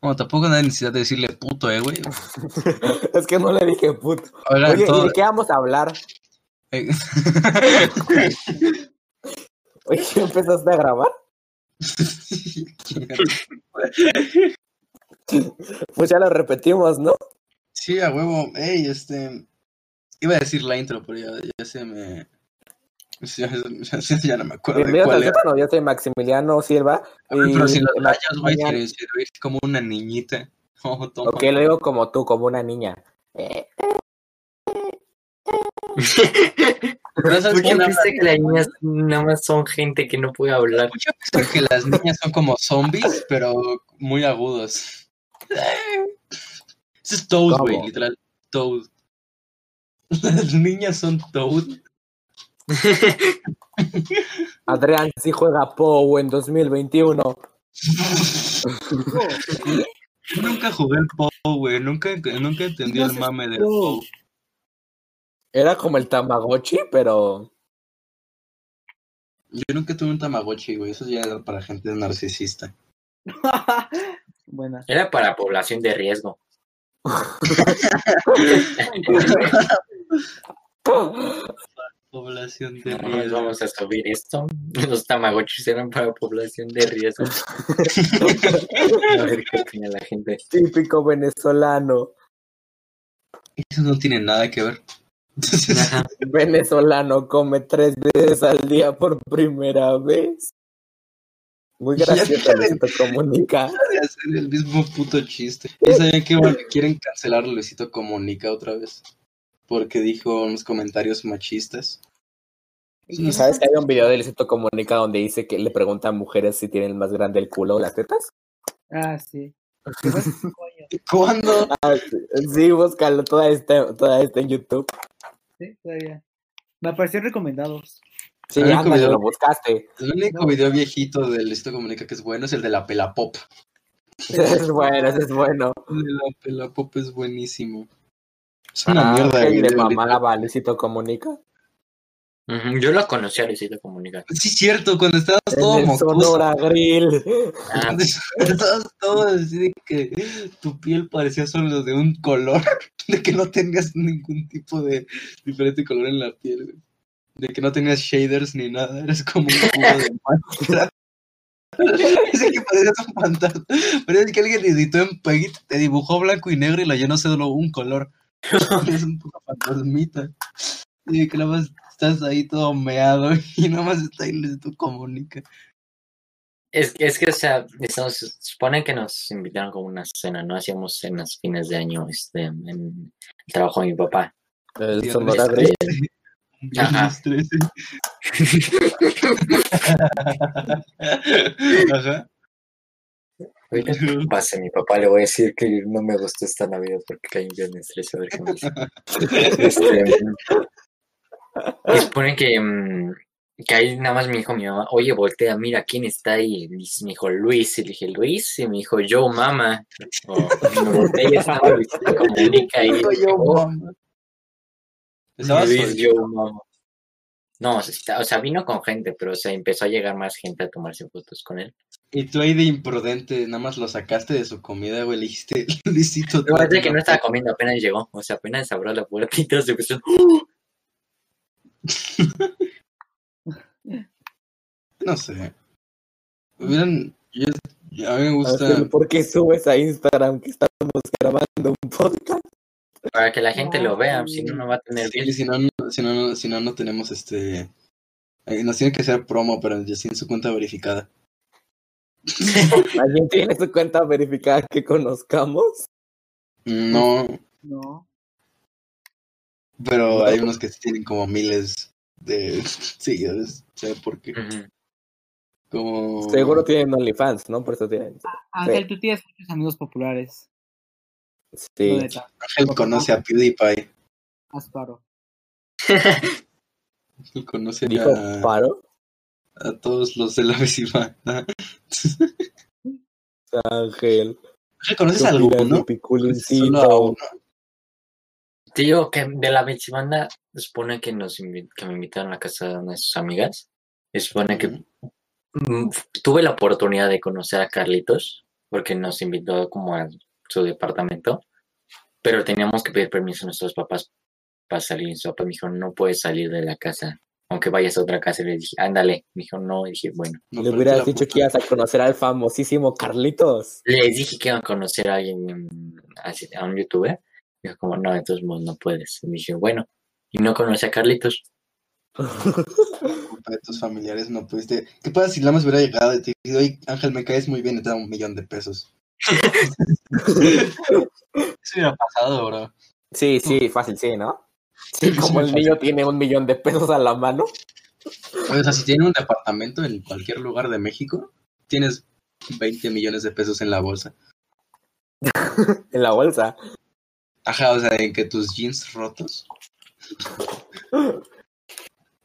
A: Bueno, tampoco no hay necesidad de decirle puto, eh, güey.
D: Es que no le dije puto.
A: Oigan,
D: Oye, ¿y
A: todo-
D: de qué vamos a hablar?
A: eh,
D: Oye, ¿ya ¿empezaste a grabar? Pues ya lo repetimos, ¿no?
A: sí, a huevo. Ey, este. Iba a decir la intro, pero ya, ya se me. Ya, ya- ya- ya no me acuerdo de
D: Bienvenidos
A: cuál
D: al
A: era.
D: séptimo, yo soy Maximiliano Silva. y-
A: Pero si los
D: ma-
A: rayas, güey,
D: mañana-
A: se, se oír como una niñita. Oh, toma.
D: Ok, lo digo como tú, como una niña. Eh,
A: Pero esas
C: ¿Por qué
A: una-
C: pensé que las niñas nada más son gente que no puede hablar?
A: Yo pienso que las niñas son como zombies, pero muy agudos. Eso es Toad,
D: ¿Cómo?
A: güey, literal. Toad. Las niñas son Toad.
D: Adrián sí juega POW en 2021.
A: Yo nunca jugué el Pou, güey. Nunca, nunca entendí el mame del
B: Pou.
A: Pou.
D: Era como el Tamagotchi, pero.
A: Yo nunca tuve un Tamagotchi, güey. Eso ya era para gente narcisista.
B: Buena.
C: Era para población de riesgo.
A: Población de
C: No nos
A: riesgo.
C: vamos a subir esto. Los tamagotchis eran para población de riesgo. A ver qué opina la gente.
D: Típico venezolano.
A: Eso no tiene nada que ver.
C: Ajá.
D: Venezolano come tres veces al día por primera vez. Muy
A: Ya
D: gracioso,
A: déjale.
D: Luisito Comunica.
A: de hacer el mismo puto chiste. Ya sabían que bueno, quieren cancelar a Luisito Comunica otra vez. Porque dijo unos comentarios machistas.
D: ¿Sabes que hay un video de Luisito Comunica donde dice que le pregunta a mujeres si tienen más grande el culo o las tetas?
B: Ah, sí. Qué buen coño,
A: ¿Cuándo?
D: Ah, sí, sí, búscalo, toda esta, toda esta este en YouTube.
B: sí, todavía. Me aparecieron recomendados.
D: Sí,
A: Hay un
D: ándale,
A: video.
D: lo buscaste.
A: El único video viejito de Luisito Comunica que es bueno es el de la Pelapop.
D: Ese es bueno, ese es bueno.
A: El de la Pelapop es buenísimo. Es una
D: Ah,
A: mierda de
D: el de
A: video, literal.
D: mamaba Luisito Comunica.
C: Ujú, Yo lo conocí a Luisito Comunica.
A: Sí, cierto, cuando estabas todo
D: En el
A: mocoso.
D: Sonora Grill.
C: Ah,
A: Cuando Estabas todo así de que tu piel parecía solo de un color, de que no tenías ningún tipo de diferente color en la piel, güey. de que no tenías shaders ni nada, eres como un cubo de Minecraft. Dice que parecías un fantasma, pero es que alguien editó en Paint, te dibujó blanco y negro y lo llenó solo un color. Eres un poco fantasmita. Y de que nada más estás ahí todo meado y nada más está ahí Luis tu comunica.
C: Es, es que, o sea, estamos, se supone que nos invitaron como una cena, ¿no? Hacíamos cenas fines de año este, en el trabajo de mi papá.
D: El
A: Dios,
C: Pues,
D: Sonora
A: este-
D: Grill.
C: Ajá.
A: Viernes 13. Ajá.
C: Ahorita que pase mi papá, le voy a decir que no me gustó esta Navidad porque caí en viernes 13, a ver qué me dice. Este, se supone que, mm, que ahí nada más me dijo mi mamá, oye, voltea, mira quién está ahí. Y dice- me dijo Luis, y le dije Luis, y me dijo yo, mamá. O, me volteé y estaba Luisito Comunica ahí. Oh,
A: Estaba
C: Luis,
A: sol-
C: yo, mamá. No, o sea, o sea, vino con gente, pero o sea, empezó a llegar más gente a tomarse fotos con él.
A: Y tú ahí de imprudente, nada más lo sacaste de su comida, güey. Le dijiste, Luisito.
C: Pero parece que no
A: tráeme
C: estaba comiendo, apenas llegó. O sea, apenas abrió la puerta y todos se pusieron.
A: una- No sé. Hubieran. yo- yo- a mí me gusta.
D: Ángel, Ah, ¿Por qué subes a Instagram que estamos grabando un podcast?
C: Para que la gente lo vea,
B: Ay.
C: si no, no va a tener
A: Sí,
C: bien.
A: si no, no- si no, no, si no, no tenemos este. eh, Nos tiene que hacer promo, pero ya sin su cuenta verificada.
D: ¿Alguien tiene su cuenta verificada que conozcamos?
A: No,
B: No.
D: pues
A: pero hay unos que sí tienen como miles de seguidores. O sea, porque
C: Ujú.
A: como...
D: Seguro tienen OnlyFans, ¿no? Por eso tienen.
B: Ángel, tú tienes muchos amigos populares.
D: Sí.
B: La neta,
A: Ángel conoce a PewDiePie.
B: más paro.
A: Ángel conoce
D: Dijo,
A: a,
D: paro.
A: a todos los de la vecindad.
D: Ángel.
A: Ángel, ¿conoces a
D: ¿qué opinas de
A: alguno?
D: Piculincito?
A: Solo a uno.
C: Te digo que de la banda supone que nos invi- que me invitaron a la casa de una de sus amigas. Y supone que mm, tuve la oportunidad de conocer a Carlitos, porque nos invitó como a su departamento, pero teníamos que pedir permiso a nuestros papás para salir. Y su papá me dijo, no puedes salir de la casa, aunque vayas a otra casa. Y le dije, ándale. Me dijo, no. Y dije, bueno.
A: No,
D: Le
A: pero
D: hubieras
A: la
D: dicho
A: puta.
D: que ibas a conocer al famosísimo Carlitos.
C: Les dije que iba a conocer a alguien, mm, así- a un youtuber. Me Dijo, como, no, entonces no puedes. Y dije, bueno. Y no conocí a Carlitos.
A: culpa de tus familiares no pudiste. ¿Qué pasa si Lamas hubiera llegado y te dijo, oye, Ángel, me caes muy bien y te da un millón de pesos? Eso hubiera pasado, bro.
D: Sí, sí, fácil, sí, ¿no? Sí,
A: Mm. Sí,
D: como el
A: fácil.
D: niño tiene un millón de pesos a la mano.
A: Oye, O sea, si tienes un departamento en cualquier lugar de México, tienes 20 millones de pesos en la bolsa.
D: en la bolsa.
A: Ajá, o sea, en que tus jeans rotos.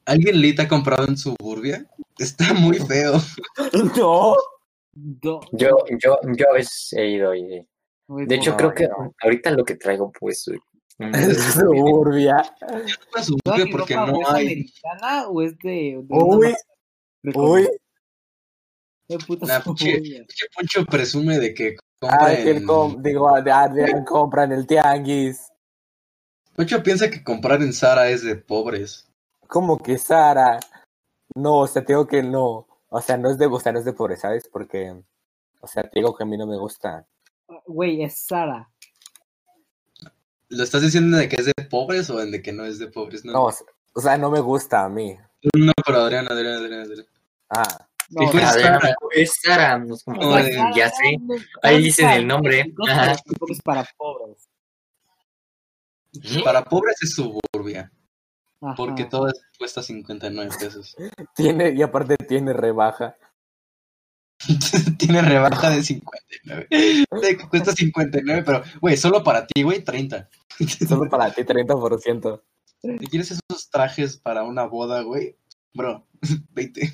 A: ¿Alguien Lita ha comprado en Suburbia? Está muy feo.
D: No.
B: Do-
C: Yo, yo, yo a veces he ido y
B: güey,
C: de hecho creo
B: por-
C: que ahorita lo que traigo pues un-
D: Es suburbia.
A: Una
B: ¿Toda
A: Suburbia
B: mi
A: porque
B: ropa,
A: no
B: güey, es
A: hay.
B: americana o es de... de una
D: Uy,
B: marca de
D: uy.
B: De puta
A: Nah, pinche-
B: suburbia.
A: Pinche Poncho presume de Ah, que compra
D: Ángel,
A: en-
D: com- digo, Adrián compra en el tianguis.
A: Poncho piensa que comprar en Zara es de pobres.
D: ¿Cómo que Sara? No, o sea, te digo que no. O sea, no es de, o sea, no es de pobre, ¿sabes? Porque, o sea, te digo que a mí no me gusta.
B: Güey, es Sara.
A: ¿Lo estás diciendo de que es de pobres o de que no es de pobres? No,
D: No,
A: no,
D: o sea- o sea, no me gusta a mí.
A: pero Adrián, Adrián, Adrián, Adrián.
D: Ah,
B: No,
A: Dijo
B: no,
A: es
C: Adrián,
A: Sara.
C: es Sara, no es como-
A: No, de-
B: Sara,
C: ya sé.
B: ¿dónde
C: Ahí
B: está?
C: dicen el nombre.
B: Dos
C: Ajá.
B: para pobres para pobres.
A: Para pobres es suburbia,
B: Ajá.
A: porque todo es- cuesta 59 pesos.
D: tiene, y aparte tiene rebaja.
A: Tiene rebaja de 59. Te cuesta 59, pero, güey, solo para ti, güey, 30.
D: Solo para ti, 30%.
A: Si quieres esos trajes para una boda, güey, bro, 20.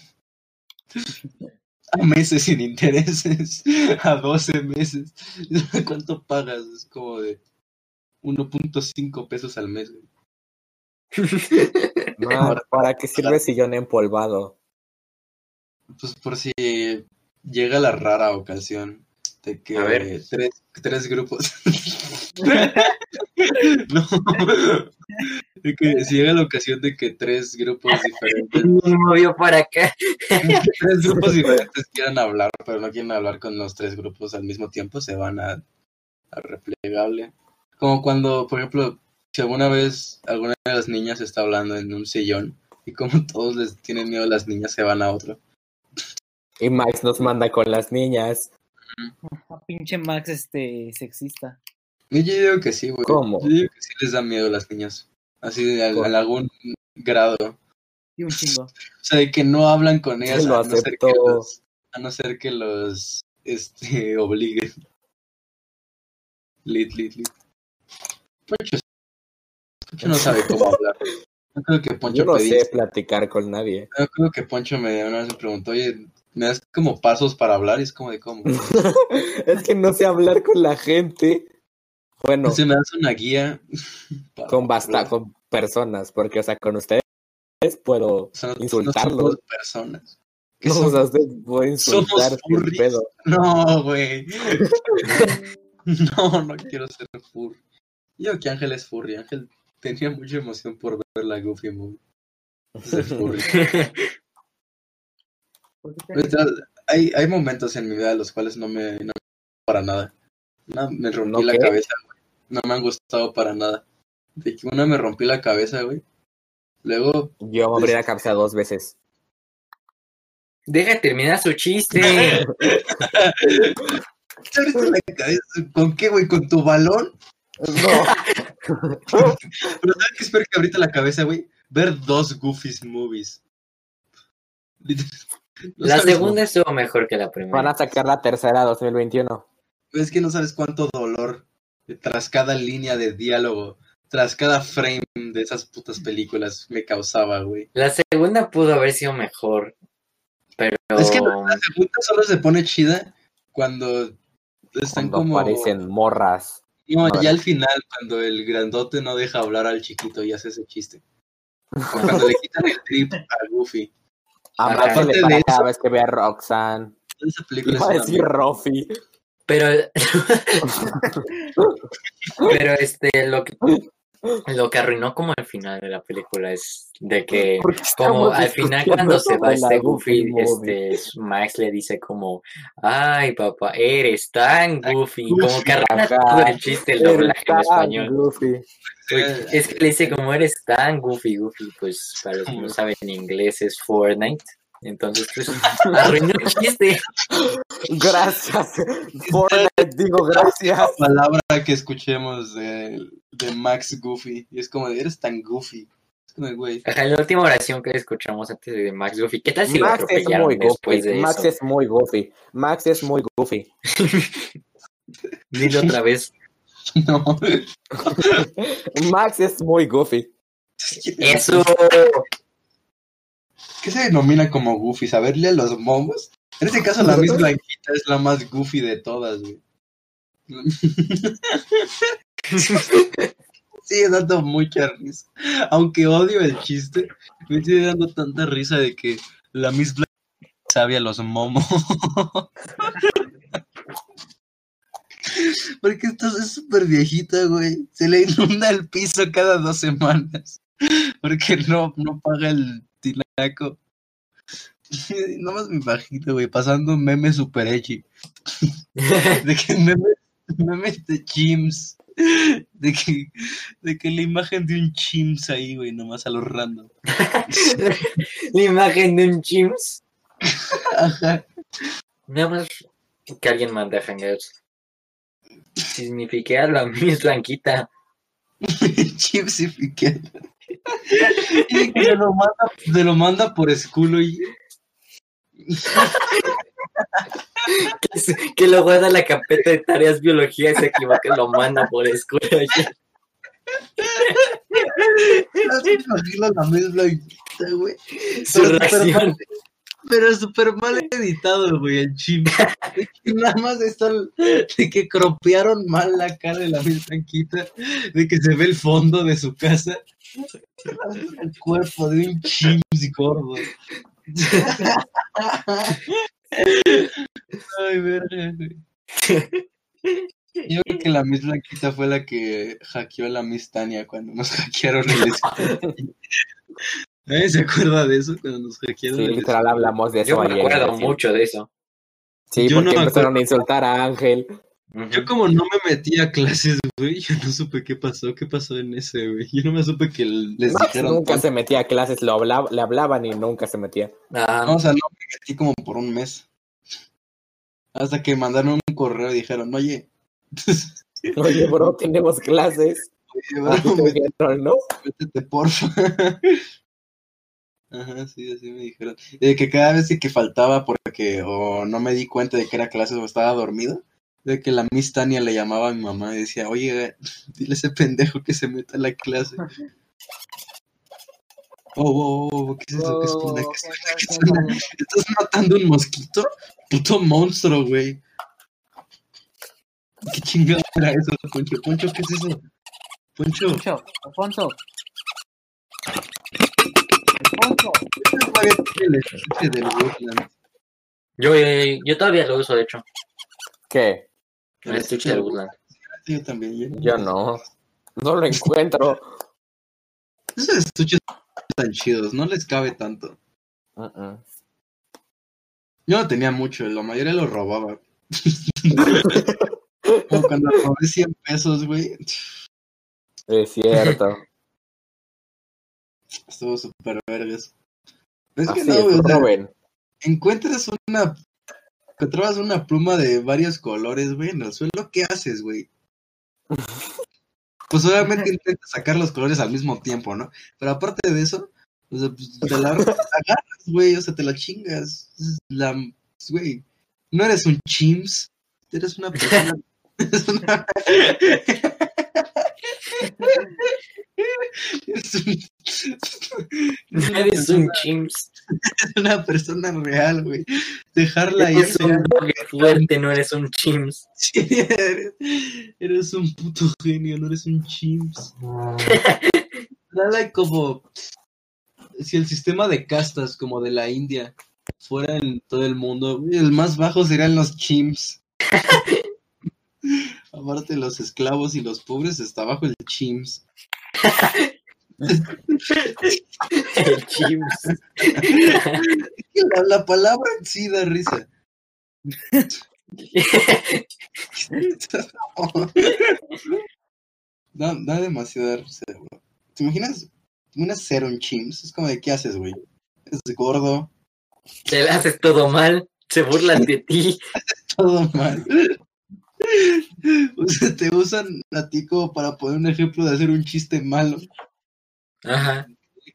A: A meses sin intereses, a 12 meses. ¿Cuánto pagas? Es como de 1.5 pesos al mes, güey.
D: No, ¿para qué sirve sillón empolvado?
A: Pues por si llega la rara ocasión de que
C: A ver.
A: tres, tres grupos. no. De que si llega la ocasión de que tres grupos diferentes,
C: Me movió para acá.
A: tres grupos diferentes quieran hablar, pero no quieren hablar con los tres grupos al mismo tiempo, se van a, a replegable. Como cuando, por ejemplo, si alguna vez alguna de las niñas está hablando en un sillón y como todos les tienen miedo, las niñas se van a otro.
D: Y Max nos manda con las niñas.
B: Ah, Pinche Max este sexista.
A: Yo digo que sí, güey.
D: ¿Cómo?
A: Yo digo que sí les da miedo a las niñas. Así de al-
D: ¿Cómo?
A: en algún grado. O
B: Y un chingo.
A: sea, de que no hablan con ellas
D: lo
A: a no ser que
D: aceptó.
A: los, a no ser que los este, obliguen. Lit, lit, lit. Poncho, Poncho no sabe cómo hablar. No creo que Poncho
D: Yo no
A: pedí-
D: sé platicar con nadie.
A: No creo que Poncho me una vez me preguntó, oye, ¿me das como pasos para hablar? Y es como de cómo.
D: Es que no sé hablar con la gente. Bueno,
A: Si me das una guía. para
D: con basta,
A: hablar?
D: con personas, porque, o sea, con ustedes puedo
A: O sea, no- no
D: insultarlos.
A: somos personas. ¿Qué
D: No, o
A: somos?
D: sea, ustedes puedo insultar sin
A: furries.
D: pedo.
A: No, güey. No, no quiero ser furry. Yo que Ángel es furry. Ángel tenía mucha emoción por ver la Goofy Movie. Ser furry.
B: ¿Por qué te-
A: Ahorita, hay, hay momentos en mi vida en los cuales no me. No, para nada. Una, me rompí
D: ¿No
A: la
D: qué?
A: cabeza, güey. No me han gustado para nada. De que una me rompí la cabeza, güey. Luego.
D: Yo me abrí la cabeza dos veces.
C: Deja terminar su chiste.
A: ¿Te abriste la cabeza? ¿Con qué, güey? ¿Con tu balón?
D: No,
A: Pero ¿sabes qué espero que ahorita la cabeza, güey? ver dos Goofy's movies. No
C: La
A: sabes-
C: segunda estuvo mejor que la primera.
D: Van a sacar la tercera 2021.
A: Es que no sabes cuánto dolor tras cada línea de diálogo, tras cada frame de esas putas películas me causaba, güey.
C: La segunda pudo haber sido mejor, pero...
A: Es que la- La segunda solo se pone chida cuando están
D: Cuando
A: como...
D: aparecen morras.
A: No,
D: Ahora.
A: ya al final, cuando el grandote no deja hablar al chiquito y hace ese chiste. O cuando le quitan el trip a Goofy.
D: A
C: Aparte
D: Max le
A: de
D: para
A: eso-
D: cada vez que ve a Roxanne.
A: Esa película
D: Iba a
A: es una
D: decir Rofi.
C: Pero, pero este, lo que, lo que arruinó como el final de la película es de que
D: ¿Por qué
C: como
D: estamos
C: al final
D: discutiendo
C: cuando se va
D: sobre la
C: este Goofy,
D: Goofy movie?
C: este Max le dice como, ay papá, eres tan Goofy, como que arruina
D: Ajá.
C: todo el chiste el doblaje en
D: Está
C: español.
D: Goofy.
A: Eh,
C: Es que le dice como eres tan Goofy, Goofy, pues para los que no saben en inglés es Fortnite. Entonces, pues, arruinó el chiste.
D: Gracias. Fortnite, digo gracias.
A: palabra que escuchemos de, de Max Goofy. Y es como, de, eres tan goofy. Es como, güey.
C: Ajá, la última oración que escuchamos antes de Max Goofy. ¿Qué tal si lo
D: Max es
C: atropellaron
D: muy
C: después
D: goofy.
C: de
D: Max
C: eso?
D: es muy goofy. Max es muy goofy.
C: Dilo otra vez.
A: No.
D: Max es muy goofy.
C: ¡Eso!
A: ¿Qué se denomina como goofy? ¿Saberle a los momos? En este caso, la Miss Blanquita es la más goofy de todas, güey. Sigue dando mucha risa. Aunque odio el chiste, me sigue dando tanta risa de que la Miss Blanquita sabe a los momos. Porque esta es súper viejita, güey. Se le inunda el piso cada dos semanas. Porque no, no paga el tinaco. Nomás me imagino, güey, pasando un meme super edgy. De que memes, memes de chimps. De que, de que la imagen de un chimps ahí, güey, nomás a lo random.
C: la imagen de un James.
A: Ajá.
C: Nada más que alguien mande a Hangouts. Signifique a la Miss Blanquita.
A: Chimps y piquet. Y que se lo manda, se lo manda por esculo y.
C: Que, se- que lo guarda en la carpeta de tareas biología y se equivoca y lo manda por escuela.
A: No te imaginas la Miss Blanquita, güey.
C: Su
A: Pero- pero-
C: reacción.
A: Pero súper mal editado, güey, el chip. De que Nada más está el- de que cropearon mal la cara de la Miss Blanquita, de que se ve el fondo de su casa. El cuerpo de un chims gordo. Ay, verga, güey. Yo creo que la Miss Blanquita fue la que hackeó a la Miss Tania cuando nos hackearon el escudo. ¿Eh? ¿Se acuerda de eso? Cuando nos hackearon
D: Sí,
A: el
D: literal hablamos de eso
C: Yo me
D: ayer,
C: acuerdo
D: sí.
C: mucho de eso.
D: Sí,
A: Yo
D: porque
A: no me
D: empezaron a insultar a Ángel.
A: Yo
C: Ujú.
A: como no me metí a clases, güey, yo no supe qué pasó, qué pasó en ese, güey. Yo no me supe que les
D: Max
A: dijeron...
D: nunca
A: todo.
D: se metía a clases, lo hablaba, le hablaban y nunca se metía.
C: Ah,
A: No, o sea, no me metí como por un mes. Hasta que mandaron un correo y dijeron, oye,
D: Oye, bro, tenemos clases. A ti te
A: oye,
D: dijeron, ¿no?
A: métete, porfa. Ajá, sí, así me dijeron. Y de que cada vez que faltaba porque o no me di cuenta de que era clases o estaba dormido, de que la Miss Tania le llamaba a mi mamá y decía, oye, dile a ese pendejo que se meta a la clase. Oh, oh, oh, oh, ¿qué es eso? ¿Qué suena? ¿Qué suena? ¿Qué suena? ¿Estás matando un mosquito? Puto monstruo, güey. ¿Qué chingada era eso, Poncho? Poncho, ¿qué es eso? Poncho,
B: Poncho, Alfonso. Alfonso.
A: ¿qué todavía tiene el estuche del Woodland?
C: yo, yo- yo todavía lo uso, de hecho.
D: ¿Qué?
C: El estuche del Woodland.
A: Yo también. Yo,
D: Yo no. No lo encuentro.
A: Esos estuches tan chidos, no les cabe tanto.
D: Mm, mm.
A: Yo no tenía mucho, la mayoría lo robaba. Como cuando robé 100 pesos, güey,
D: Es cierto.
A: estuvo súper vergas. Es
D: Así
A: que
D: es,
A: no, güey, o sea,
D: Robin.
A: encuentras una encontrabas una pluma de varios colores, güey, en el suelo, ¿qué haces, güey? pues obviamente intenta sacar los colores al mismo tiempo, ¿no? Pero aparte de eso, o sea, pues, te la agarras, güey, o sea, te la chingas. La, pues, güey, no eres un chimps, eres una persona. eres una- Eres un-
C: Eres un chimps.
A: eres una persona real, güey. Dejarla ir.
C: Eres un dog fuerte, no eres un chimps.
A: Sí, eres, eres un puto genio, no eres un chimps. Nada como si el sistema de castas como de la India fuera en todo el mundo, güey, el más bajo serían los chimps. Aparte los esclavos y los pobres está bajo el chimps.
C: El chimps.
A: La, la palabra en sí da risa. da, da demasiada risa, güey. ¿Te imaginas una ser un chimps? Es como de, ¿qué haces, güey? Es gordo,
C: Te la haces todo mal, se burlan de ti.
A: todo mal. O sea, te usan a ti como para poner un ejemplo de hacer un chiste malo.
C: Ajá.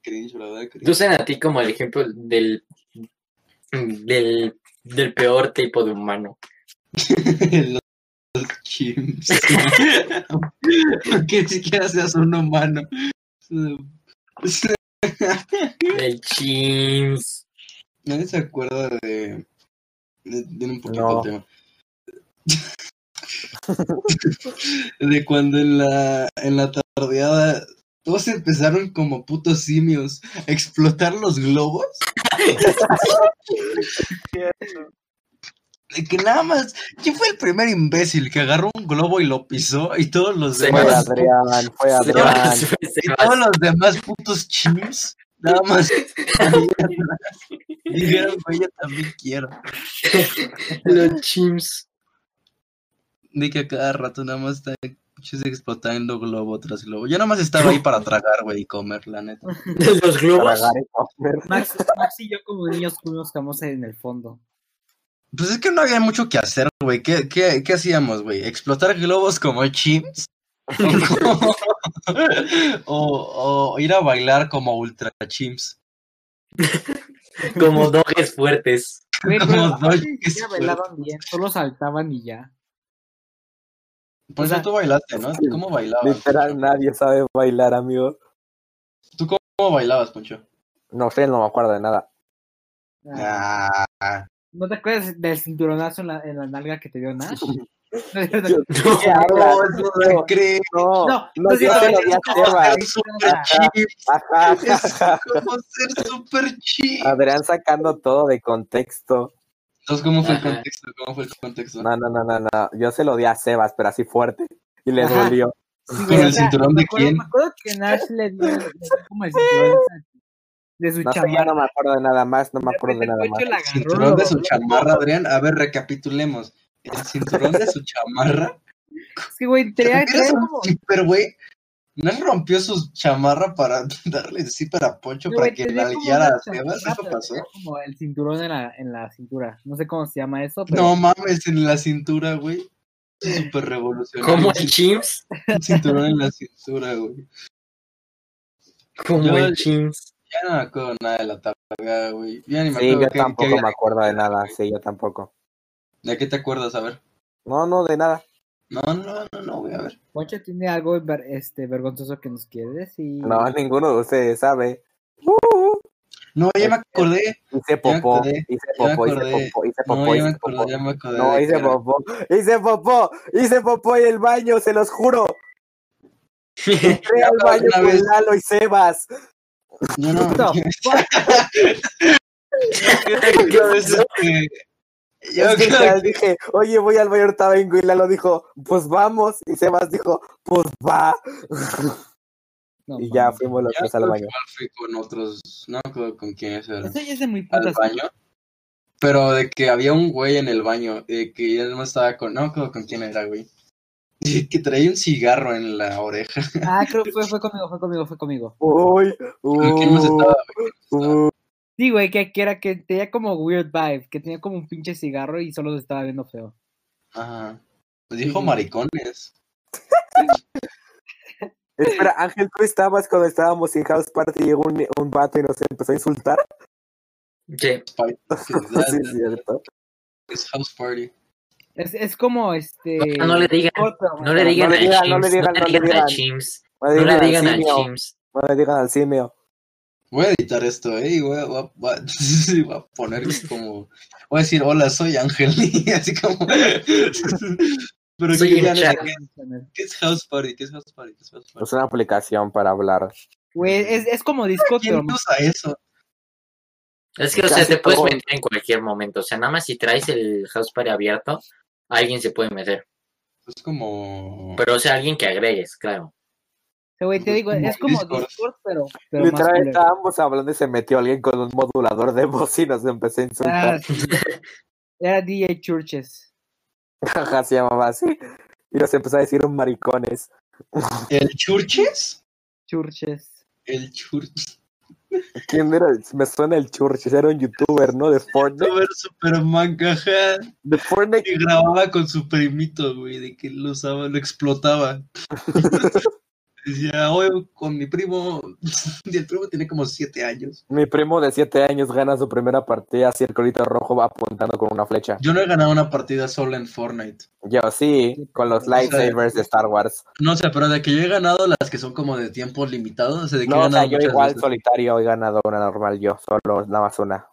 A: Cringe, la verdad,
C: Te
A: cringe.
C: usan a ti como el ejemplo del, del, del peor tipo de humano.
A: Los chimps. que ni siquiera seas un humano.
C: El chimps.
A: Nadie se acuerda de. de- de un poquito
D: No.
A: el tema. de cuando en la, en la tardeada todos empezaron como putos simios a explotar los globos. De que nada más, ¿quién fue el primer imbécil que agarró un globo y lo pisó? Y todos los
C: Se
A: demás.
D: Fue Adrián, fue
C: Se va,
D: Adrián.
C: se va, se
A: Y
C: va.
A: todos los demás putos chimps, nada más. Dijeron, güey, yo también quiero.
C: Los chimps.
A: De que a cada rato nada más está pinches explotando globo tras globo. Yo nada más estaba ahí para tragar, güey, y comer, la neta.
C: Los globos.
D: Tragar y comer.
B: Max, Max y yo como niños comimos camote en el fondo.
A: Pues es que no había mucho que hacer, güey. ¿Qué, qué, qué hacíamos, güey? ¿Explotar globos como chimps? o, o ir a bailar como ultra chimps.
C: Como dogs fuertes.
B: Güey, pero
A: No,
B: aparte
A: no,
B: ni
A: es
B: siquiera bailaban bien, solo saltaban y ya.
A: Por
B: O
A: eso Pues,
B: sea,
A: tú bailaste, ¿no? ¿Cómo bailabas?
D: Literal, nadie sabe bailar, amigo.
A: ¿Tú cómo, cómo bailabas, Poncho?
D: No sé, no me acuerdo de nada.
B: Ah,
A: Ah.
B: ¿No te acuerdas del cinturonazo en la, en la nalga que te dio Nash?
C: No,
D: ¿Qué hablas?
A: No, eso no lo creo.
D: No,
B: No,
D: no,
B: no,
D: yo
B: sí,
D: se
B: no,
D: lo di a
B: no,
D: Sebas.
A: Es super chip.
D: Ajá,
A: Es
D: ajá.
A: como ser super chip.
D: Adrián sacando todo de contexto.
A: Entonces, ¿cómo fue el
C: Ajá.
A: contexto? ¿Cómo fue el contexto?
D: No, no, no, no, no. Yo se lo di a Sebas, pero así fuerte. Y le
B: Ajá.
D: dolió.
A: ¿Con el cinturón
B: me
A: de
B: acuerdo,
A: quién?
B: Me acuerdo que Nash le dio, le dio como el cinturón de su
D: No sé, ya
B: chamarra.
D: no me acuerdo de nada más, no me acuerdo de
B: Después
D: nada
B: el
D: más.
B: coche la agarró,
A: Cinturón de su
B: lo-
A: chamarra, Adrián. A ver, recapitulemos. El cinturón de su chamarra.
B: Es que, güey, traía, traía
A: Eres un
B: como...
A: zipper, güey. ¿No rompió su chamarra para darle el zipper a Poncho para
B: güey,
A: que
B: tenía
A: la
B: como
A: guiara
B: una
A: a Sebas?
B: chamarra,
A: ¿Eso
B: pero
A: pasó?
B: tenía Como el cinturón en la, en la cintura. No sé cómo se llama eso, pero...
A: No mames, en la cintura, güey. Súper revolucionario.
C: Como el chimps.
A: Un cinturón en la cintura, güey.
C: Como
A: Yo-
C: el chimps.
A: Ya no me acuerdo nada de la targa, güey. Ya ni me
D: Sí,
A: acuerdo
D: yo
A: qué-
D: tampoco
A: qué-
D: me acuerdo de nada. Sí, yo tampoco.
A: ¿De qué te acuerdas? A ver.
D: No, no, de nada.
A: No, no, no, no, güey, a ver.
B: Poncho tiene algo ver- este, vergonzoso que nos quiere decir.
D: No, ninguno de ustedes sabe.
A: No, ya me acordé.
D: Hice popó,
A: acordé,
D: hice
A: ya me
D: popó,
A: acordé.
D: hice popó, hice
A: No,
D: popó,
A: ya me acordé, ya
D: hice popó.
A: me acordé.
D: No,
A: de
D: hice
A: que era.
D: popó, hice popó, hice popó en el baño, se los juro. Entré al
A: Una
D: baño
A: vez.
D: con Lalo y Sebas.
A: No, no.
B: Puta,
A: Yo a veces que- Yo
D: Es que
A: creo
D: literal dije, oye, voy al baño, ahorita vengo. Y Lalo dijo, pues vamos. Y Sebas dijo, pues va.
B: no,
D: Y ya
B: mames.
D: fuimos los
A: ya
D: tres al
A: creo
D: baño.
A: que igual fui con otros, no me acuerdo con quiénes eran,
B: Eso ya es de muy
A: al
B: putas.
A: baño. Pero de que había un güey en el baño, de que ya no estaba con, no me acuerdo con quién era, güey. Que traía un cigarro en la oreja.
B: Ah, creo que fue, fue conmigo, fue conmigo, fue conmigo.
D: Uy,
A: ¿Con quién más estaba?
D: uy,
A: güey?
D: uy.
B: Sí, güey, que, que era que tenía como weird vibe, que tenía como un pinche cigarro y solo se estaba viendo feo.
A: Ajá. Pues dijo maricones.
D: Espera, Ángel, ¿tú estabas cuando estábamos en House Party y llegó un, un vato y nos empezó a insultar?
C: Sí.
D: sí, es cierto.
A: Es house party.
B: Es, es como este.
C: No, no le digan, No le digan
D: No
C: al
D: le digan,
C: Chims.
D: no
C: No
D: le
C: le
D: digan, no
C: digan al Chims. No le digan
D: le digan. No al
C: al
D: simio,
C: Chims.
D: No le digan al simio.
A: Voy a editar esto, eh, y voy a, voy a- voy a- sí, voy a poner como. Voy a decir, hola, soy Ángel, y así como. Pero
C: Soy
A: que
C: un
A: digan,
C: chat.
A: ¿qué es House Party? ¿Qué es House Party? ¿Qué es House Party?
D: Es una aplicación para hablar.
B: Güey, es, es como Discord, pero.
A: ¿Quién usa eso?
C: Es que, o sea,
D: Casi
C: te puedes
D: todo.
C: meter en cualquier momento. O sea, nada más si traes el house party abierto, alguien se puede meter.
A: Es como.
C: Pero, o sea, alguien que agregues, claro.
B: Güey, te digo, es como
A: Discord.
B: Discord, pero. pero más
D: Literal,
B: culero.
D: estábamos hablando y se metió alguien con un modulador de voz y nos empezó a
B: Ah,
D: insultar.
B: sí. Era DJ Churches.
D: Ajá, se llamaba así. Y nos empezó a decir un maricones.
A: ¿El Churches?
B: Churches.
A: El Churches.
D: ¿Quién era? Me suena el churches. Era un youtuber, ¿no? De Fortnite.
A: Super Superman, ajá.
D: De Fortnite.
A: que grababa con su primito, güey, de que lo usaba, lo explotaba. Decía, hoy con mi primo, y el primo tiene como siete años.
D: Mi primo de 7 años gana su primera partida. Circulito rojo va apuntando con una flecha.
A: Yo no he ganado una partida sola en Fortnite.
D: Yo sí, con los lightsabers de Star Wars.
A: No sé, pero de que yo he ganado las que son como de tiempo limitado, o sea, de que he
D: No, o sea,
A: ganado
D: yo
A: muchas
D: igual
A: veces.
D: solitario he ganado una normal. Yo solo, nada más una.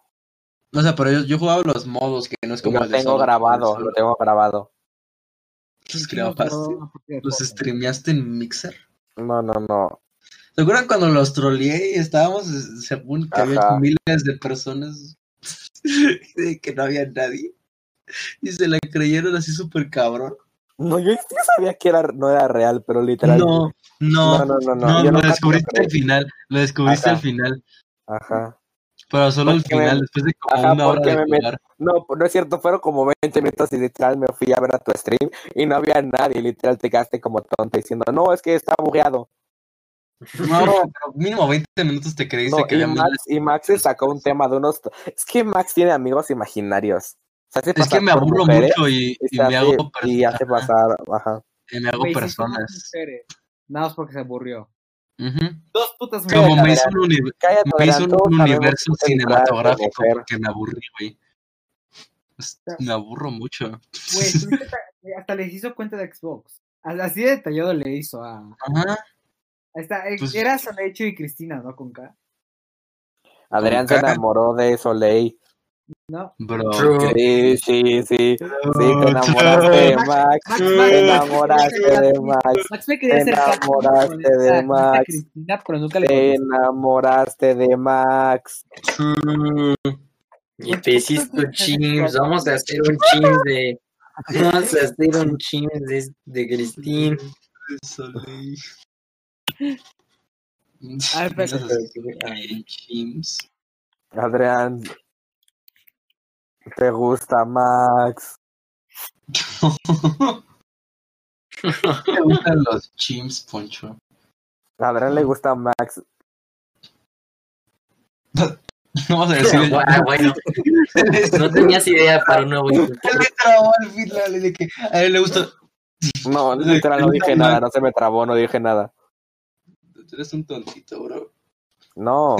A: No sé, pero yo, yo jugaba los modos que no es
D: Y
A: como
D: lo
A: el de
D: tengo
A: solo,
D: grabado,
A: solo.
D: lo tengo grabado.
A: Los grabaste, los streameaste en Mixer.
D: No, no, no.
A: ¿Se acuerdan cuando los troleé y estábamos, eh, según que
D: Ajá.
A: había miles de personas de que no había nadie? Y se la creyeron así súper cabrón.
D: No, yo sí sabía que era, no era real, pero literal.
A: No, no,
D: no,
A: no,
D: no, no. no,
A: no,
D: yo
A: lo
D: nunca
A: descubriste
D: creí.
A: al final, lo descubriste
D: Ajá.
A: al final,
D: Ajá.
A: pero solo al
D: Porque me-
A: final, después de como
D: Ajá,
A: una hora
D: porque
A: de
D: me met-
A: jugar.
D: No, pues, no es cierto, fueron como 20 minutos y literal me fui a ver a tu stream y no había nadie. Literal te quedaste como tonto diciendo, no, es que está bugueado.
A: No, pero mínimo 20 minutos te creíste
D: No,
A: que
D: y,
A: había
D: Max, y Max se sacó un tema de unos. Es que Max tiene amigos imaginarios. Se hace
A: Es que
D: pasar
A: me
D: por
A: aburro
D: mujeres
A: mucho y,
D: y
A: y
D: se
A: me
D: hace-
A: hago
D: y
A: personas.
D: hace pasar. Ajá.
A: Y me hago
B: Güey, sí,
A: personas.
B: somos mujeres. Nada más porque se aburrió.
A: Ujú.
B: Dos putas
A: Como
D: la
A: me hizo
D: verdad.
A: un, uni-
D: Cállate,
A: me hizo
D: Adrián,
A: un
D: todos sabemos
A: universo
D: que es raro
A: cinematográfico
D: conocer.
A: porque me aburrí, güey. Pues, Me aburro mucho.
B: Güey, tuviste hasta- hasta les hizo cuenta de Xbox. A- Así de detallado le hizo a.
A: Ajá.
B: a esta- eh,
A: Pues-
B: era Solecho y Cristina, ¿no? Con K.
D: Adrián se
A: Ajá.
D: enamoró de Soleil.
B: ¿No?
A: Bro.
C: True.
A: qué-
D: Sí, sí, sí. Sí, te
A: Chao.
D: enamoraste de
B: Max,
D: Max.
B: Max, Max,
D: Te enamoraste de Max.
B: Max me
D: Te
B: quería hacer caso con
D: enamoraste
B: esta-
D: de
B: con esta
D: Max.
B: Cristina, pero nunca le
D: Te
B: contesté.
D: enamoraste de Max.
A: True.
C: Y te hiciste un Chims. Vamos a hacer un Chims de. Vamos a hacer un Chims de, de Cristín.
A: Sorry.
B: A ver,
A: Pues
B: espérate.
A: Ay, James.
D: Adrián. Te gusta Max.
A: Me gustan los chimps, Poncho.
D: A Adrián le gusta Max.
A: No vas a decir el
C: Ah, bueno, no tenías idea para un nuevo
A: Se le trabó al final y de que a él le gusta.
D: No, literal, no dije nada. No se me trabó, no dije nada.
A: Tú eres un tontito, bro.
D: No.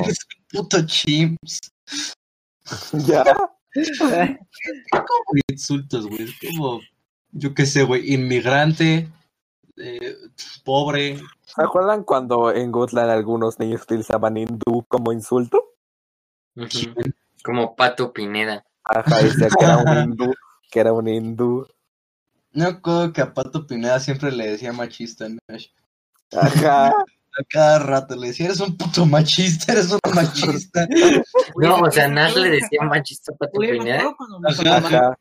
A: Puto chimps.
D: Ya.
A: Como insultos, güey. Es como, yo qué sé, güey. Inmigrante. eh, pobre.
D: ¿Se acuerdan cuando en Gotland algunos niños utilizaban hindú como insulto?
C: Ujú. Como Pato Pineda.
D: Ajá, dice que era un hindú, que era un hindú.
A: No me acuerdo que a Pato Pineda siempre le decía machista, ¿no?
D: Ajá.
A: A cada rato le decía, eres un puto machista, eres un machista.
C: No, o sea, Nash le decía machista a Pato
B: Güey, me
D: ¿eh?
C: Pineda.
B: acuerdo cuando me-
A: Ajá.
B: cuando me-
D: Ajá.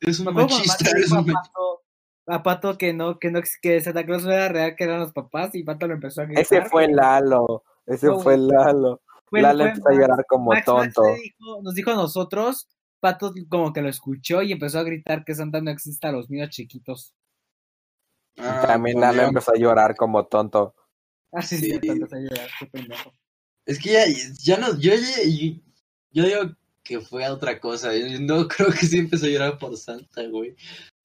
A: Eres un
B: me acuerdo cuando
A: machista,
B: Max le
A: eres
B: dijo
A: un
B: a
A: machista.
B: Pato- a Pato que no, que no, que Santa Claus no era real, que eran los papás, y Pato lo empezó a gritar.
D: Ese fue Lalo. Ese
B: No,
D: fue Lalo.
B: Fue-
D: Lalo
B: fue
D: empezó a
B: pues, Max.
D: llorar como
B: Max- Max
D: tonto.
B: le dijo- nos dijo a nosotros, Pato como que lo escuchó y empezó a gritar que Santa no existe a los niños chiquitos.
A: Ah,
D: También
A: por
D: Lalo
A: Dios.
D: empezó a llorar como tonto.
B: Así
A: Sí.
B: es, cierto, empezó a llorar, qué pendejo.
A: Es que ya, ya no, yo, ya- yo, eh, yo digo que fue a otra cosa. Yo no creo que sí empezó a llorar por Santa, güey.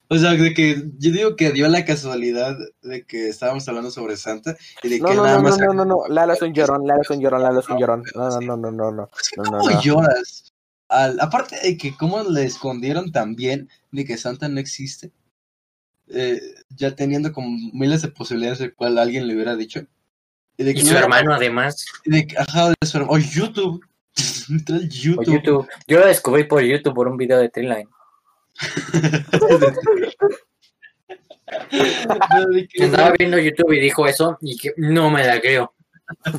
A: O sea, de que yo digo que dio la casualidad de que estábamos hablando sobre Santa y de
D: No,
A: que
D: no,
A: nada
D: no, no,
A: más.
D: no, no, no, Lalo es un llorón, Lalo es un llorón, Lalo es un llorón. No, no, no, no, no, no.
A: Es que
D: No, no,
A: Pues, ¿Cómo
D: no.
A: lloras? Al- aparte de que cómo le escondieron también de que Santa no existe, eh, ya teniendo como miles de posibilidades de cual alguien le hubiera dicho. Y de
C: Y
A: que,
C: su
A: hubiera-
C: hermano, además,
A: y de que- ajá, de su hermano. O YouTube. Literal,
C: por
A: YouTube.
C: YouTube. Yo lo descubrí por YouTube por un video de Treeline.
A: De que-
C: Estaba viendo YouTube y dijo eso y que no me la creo.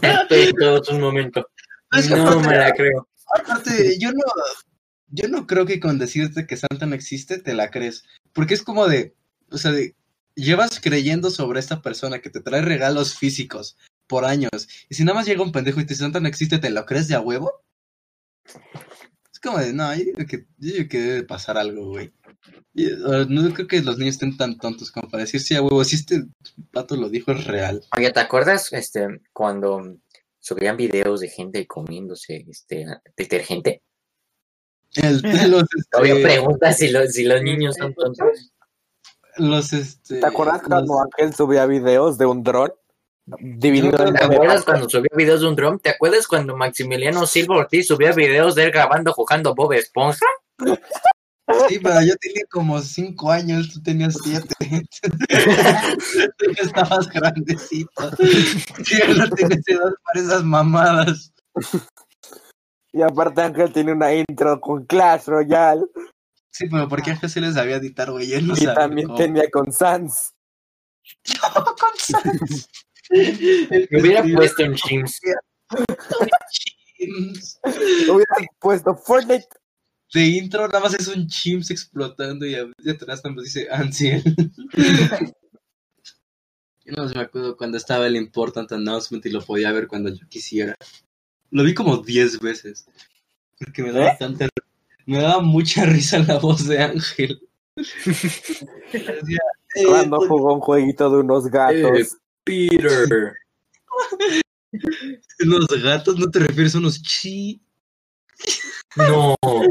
C: Estoy en todo un momento.
A: Es que
C: No
A: aparte-
C: me la creo.
A: Aparte, yo no, yo no creo que con decirte que Santa no existe, te la crees. Porque es como de, o sea, de, llevas creyendo sobre esta persona que te trae regalos físicos por años. Y si nada más llega un pendejo y te dice Santa no existe, ¿te lo crees de a huevo? Es como de, no, yo digo que, yo digo que debe de pasar algo, güey. Y, o, no creo que los niños estén tan tontos como para decir, sí, a huevo, si este pato lo dijo, es real.
C: Oye, ¿te acuerdas este, cuando subían videos de gente comiéndose este, detergente?
A: El, los,
C: Obvio,
A: este,
C: pregunta si los, si los niños son
B: Pues,
C: tontos.
A: los, este,
D: ¿Te acuerdas
A: los-
D: cuando Ángel subía videos de un dron? Divino
A: Yo creo
C: ¿Te acuerdas cuando subía videos de un dron? ¿Te acuerdas cuando Maximiliano Silva Ortiz subía videos de él grabando jugando Bob Esponja?
A: Sí, pero yo tenía como cinco años, tú tenías siete. tú ya estabas grandecito. Sí, yo no tienes edad para esas mamadas.
D: Y aparte Ángel tiene una intro con Clash Royale
A: Sí, pero ¿por qué a Jesús les sabía editar, güey? Yo no
D: y
A: sabía
D: también
A: cómo.
D: tenía con Sans.
C: Me hubiera
A: Sí,
C: puesto en Sims.
A: chims.
D: Hubiera puesto Fortnite.
A: De intro nada más es un chimps explotando y a- y atrás también dice Ansiel. yo no me acuerdo cuando estaba el Important Announcement y lo podía ver cuando yo quisiera. Lo vi como 10 veces. Porque me daba tanta- Me daba mucha risa la voz de Ángel. Decía, eh,
D: Cuando
A: pues, Eh,
D: jugó un jueguito de unos gatos.
C: Peter.
A: los gatos no te refieres a unos chi.
C: No.
A: Pero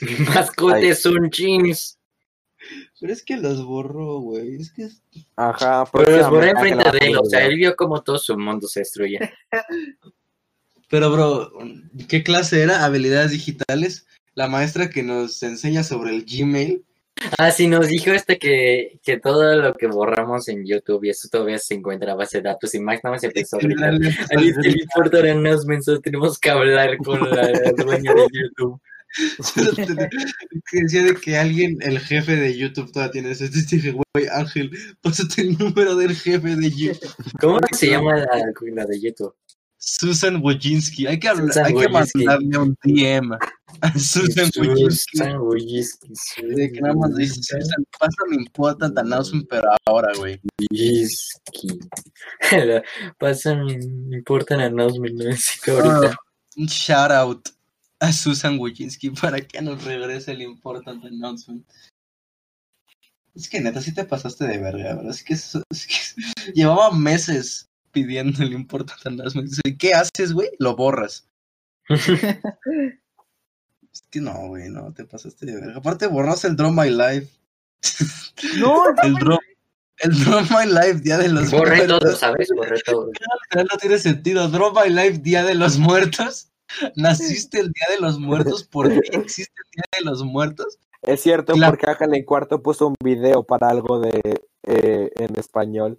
C: Mi mascota
D: Ay.
C: es un Sims.
A: es que las borró, güey. Es que es-
D: Ajá.
C: Pero los borré enfrente
D: próximamente Ángel
C: de él.
D: va a
C: O sea,
D: subir
C: él vio como todo su mundo se destruye.
A: Pero, bro, ¿qué clase era? Habilidades digitales. La maestra que nos enseña sobre el Gmail.
C: Ah, sí, nos dijo este que, que todo lo que borramos en YouTube y eso todavía se encuentra a base de datos y Max nada más empezó a gritar. Ahí está el importer announcement, solo tenemos que hablar con la dueña de YouTube.
A: que decía de que alguien, el jefe de YouTube, todavía tiene eso. Entonces dije, güey, Ángel, pásate el número del jefe de YouTube.
C: ¿Cómo se llama la, la de YouTube?
A: Susan Wojcinski. Hay que, hablar-
C: Susan
A: hay que
C: Wojcinski.
A: mandarle un DM a Susan Wojcinski.
C: Susan Wojcicki, Susan
A: De que nada más dice, Susan, pásame important announcement, pero ahora, güey.
C: Wojcicki. La- Pásame, no importa el announcement, no
A: Ah,
C: necesito ahorita.
A: un shout out a Susan Wojcinski para que nos regrese el important announcement. Es que neta, sí te pasaste de verga, ¿verdad? Es que, es- es que- llevaba meses pidiendo el important announcement. Dice, ¿Qué haces, güey? Lo borras. es que no, güey, no, te pasaste de verga. Aparte, borras el Draw My Life.
D: No,
A: El Draw, el Draw My Life, Día de los
C: Borré
A: Muertos.
C: todo, ¿sabes? Borré todo.
A: Ya no tiene sentido. Drop by Life, Día de los Muertos. Naciste el Día de los Muertos. ¿Por qué existe el Día de los Muertos?
D: Es cierto,
A: La-
D: porque Ángel en cuarto puso un video para algo de eh, en español.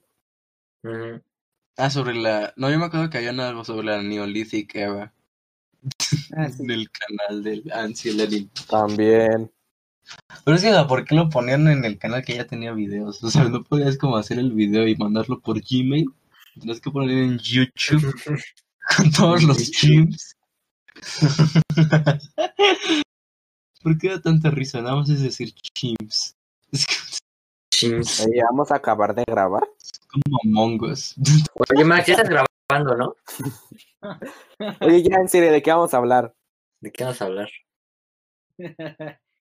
C: Ujú.
A: Ah, sobre la. No, yo me acuerdo que había algo sobre la Neolithic Era.
B: Ah,
A: En el canal del Ansel Elin.
D: También.
A: Pero es que, o sea, ¿por qué lo ponían en el canal que ya tenía videos? O sea, no podías como hacer el video y mandarlo por Gmail. Tenías que poner en YouTube con todos los chimps. ¿Por qué da tanta risa? Nada más es decir chimps. Es que
C: Chins.
D: Oye, vamos a acabar de grabar.
A: como Among Us.
C: Oye, Max, ya estás grabando, ¿no?
D: Oye, ya en serio, ¿de qué vamos a hablar?
C: ¿De qué vas a hablar?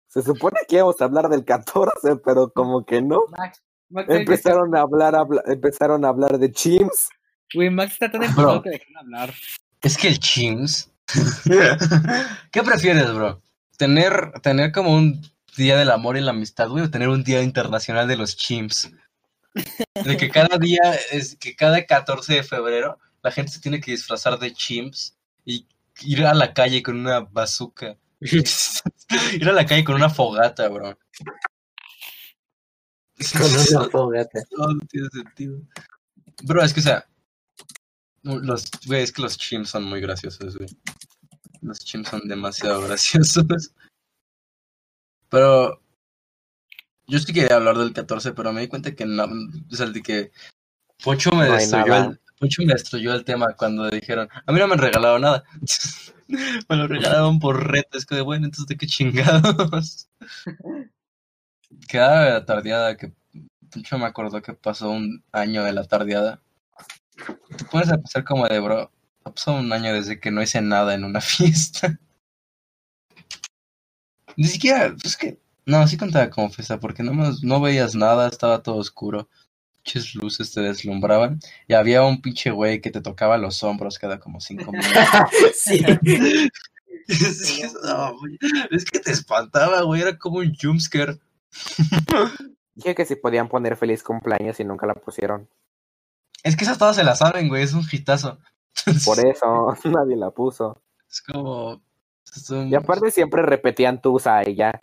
D: Se supone que íbamos a hablar del 14, pero como que no.
B: Max, Max,
D: Empezaron a hablar, habla- empezaron a hablar de Chims.
B: güey, Max está tan
A: Bro.
B: enfadado que dejaron hablar.
A: Es que el Chimps. ¿Qué prefieres, bro? tener, tener como un día del amor y la amistad, güey, o tener un día internacional de los chimps. De que cada día, es que cada 14 de febrero, la gente se tiene que disfrazar de chimps y ir a la calle con una bazooka. ir a la calle con una fogata, bro.
C: Con una fogata.
A: No tiene sentido. Bro, es que, o sea, los, güey, es que los chimps son muy graciosos, güey. Los chimps son demasiado graciosos. Pero yo sí quería hablar del 14, pero me di cuenta que no, o sea, de que Pocho me
D: No hay
A: destruyó
D: nada.
A: el, Pocho me destruyó el tema cuando dijeron, a mí no me han regalado nada. me lo regalaron por reto, es que de bueno, entonces de qué chingados. Cada la tardeada que Pocho me acordó que pasó un año de la tardeada. Te pones a pensar como de bro, ha pasado un año desde que no hice nada en una fiesta. Ni siquiera, pues que. No, sí contaba como fiesta, porque no, más- no veías nada, estaba todo oscuro. Pinches luces te deslumbraban. Y había un pinche güey que te tocaba los hombros cada como cinco minutos.
C: sí.
A: Sí, no, güey. es que te espantaba, güey. Era como un jumpscare.
D: Dije que si podían poner feliz cumpleaños y nunca la pusieron.
A: Es que esas todas se las saben, güey. Es un hitazo.
D: Por eso nadie la puso.
A: Es como. es un-
D: Y aparte siempre repetían Tusa y ya.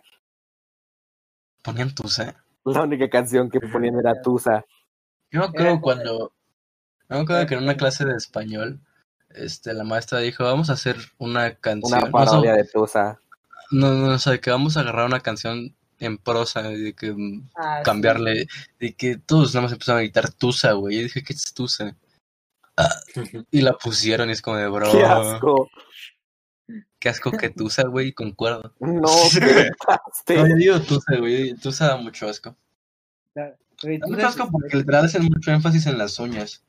A: Ponían tus, ¿eh?
D: La única canción que ponían era Tusa.
A: Yo me acuerdo
D: Eh,
B: Era-
A: cuando. Yo me acuerdo
B: era
A: que en una
B: como-
A: clase de español. Este, la maestra dijo, vamos a hacer una canción.
D: Una
A: vamos a-
D: parodia de Tusa.
A: No, no, o sea, que vamos a agarrar una canción en prosa y de que mm,
B: Ah, sí.
A: cambiarle, de que todos nada más empezaron a gritar Tusa, güey. Yo dije, ¿qué es Tusa? Y la pusieron y es como de, bro,
D: ¡Qué asco!
A: qué asco que Tusa, güey, concuerdo.
D: No,
A: Sí.
D: qué
A: No,
D: asco.
A: yo digo Tusa, güey, Tusa da mucho asco.
B: Güey,
A: Da
B: tú
A: mucho
B: sabes-
A: asco porque literal hacen mucho énfasis en las uñas.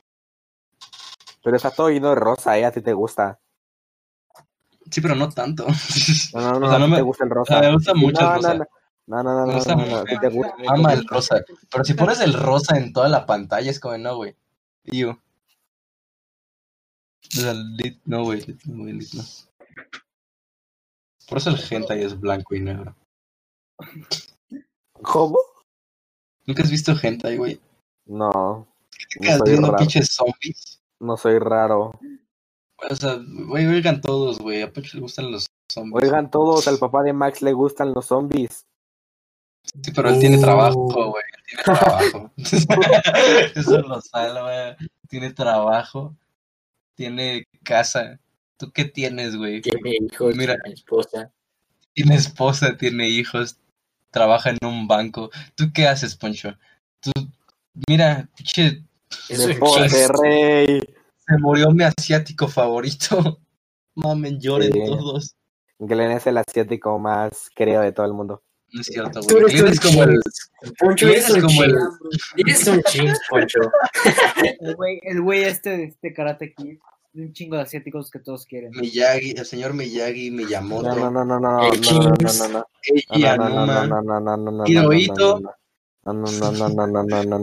D: Pero está todo lleno de rosa, ¿eh? A ti te gusta.
A: Sí, pero no tanto.
D: No, no, no,
A: O sea,
D: a
A: no
D: ti
A: me-
D: te gusta el rosa.
A: me gusta mucho el
D: no,
A: rosa.
D: No, no, no, no, no,
A: Me gusta
D: no, no,
A: mucho.
D: sí te gusta.
A: Ama el rosa. Pero si pones el rosa en toda la pantalla, es como, no, güey. Yo. No, güey. lit- No, güey, lit no. Por eso el hentai es blanco y negro.
D: ¿Cómo?
A: ¿Nunca has visto hentai, güey?
D: No,
A: ¿Qué
D: No
A: te quedas
D: soy
A: viendo
D: raro.
A: pinches zombies?
D: no soy raro.
A: O sea, güey, oigan todos, güey. A Pacho le gustan los zombies.
D: Oigan todos, al papá de Max le gustan los zombies.
A: Sí, pero él tiene trabajo,
D: Oh.
A: güey. Él tiene trabajo. Eso lo salva. Tiene trabajo. Tiene casa. ¿Tú qué tienes, güey?
C: Tiene hijos,
A: Mira.
C: tiene esposa.
A: Tiene esposa, tiene hijos, trabaja en un banco. ¿Tú qué haces, Poncho? Tú, mira, pinche,
C: Es un
D: Deporte,
C: chiste.
D: rey.
A: se murió mi asiático favorito. Mamen, lloren
D: Sí.
A: todos.
D: Glenn es el asiático más querido de todo el mundo.
A: No es cierto,
C: Tú
A: güey.
C: eres
A: Glenn
C: un
A: es como el,
C: chimps. Poncho,
A: Glenn es
C: eres un
A: como el-
C: chimps. Eres un chimps, Poncho.
B: El güey, el güey este de este Karate Kid, de un chingo de asiáticos que todos quieren.
A: Miyagi, el señor Miyagi, Miyamoto,
D: No, no, no, no, no, no, no,
C: El
D: no, no,
C: Kings.
D: no,
A: Eiji
D: no, no,
A: Anuma.
D: no, no, no, no, no, no,
A: Hirohito.
D: no, no, no, no, no, no, no, no, no,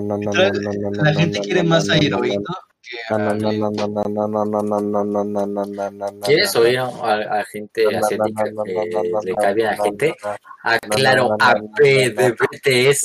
D: no, no, no, no,
A: Entonces,
D: no, no, no,
A: La gente
D: no,
A: quiere
D: no,
A: más
D: no,
A: a
D: no, no,
A: Hirohito que
D: no,
A: a
D: no, no, no, no, no, no, no, no, no, no, no, no, no, no, no,
C: ¿Quieres
D: no,
C: oír a, a- a gente
D: no, no,
C: asiática
D: no, no,
C: que
D: no, no,
C: le
D: no,
C: cae bien a
D: no,
C: la gente?
D: no,
C: Aclaro,
D: no, no,
C: a
D: no, no,
C: P
D: no, no.
C: de BTS.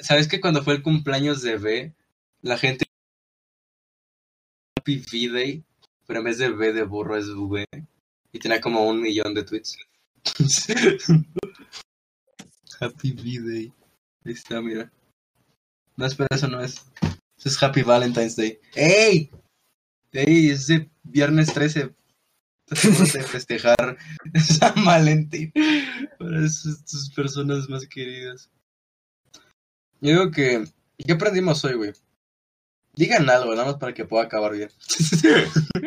A: ¿Sabes que cuando fue el cumpleaños de B, la gente. Happy V-Day, pero en vez de B de burro es V. Y tenía como un millón de tweets. Happy V-Day. Ahí está, mira. No, espera, eso no es. Eso es Happy Valentine's Day. ¡Ey! ¡Ey! Es de viernes 13. Tenemos de festejar San Valentín para sus- tus personas más queridas. Yo digo que. ¿Qué aprendimos hoy, güey? Digan algo, nada más para que pueda acabar bien.
B: Em,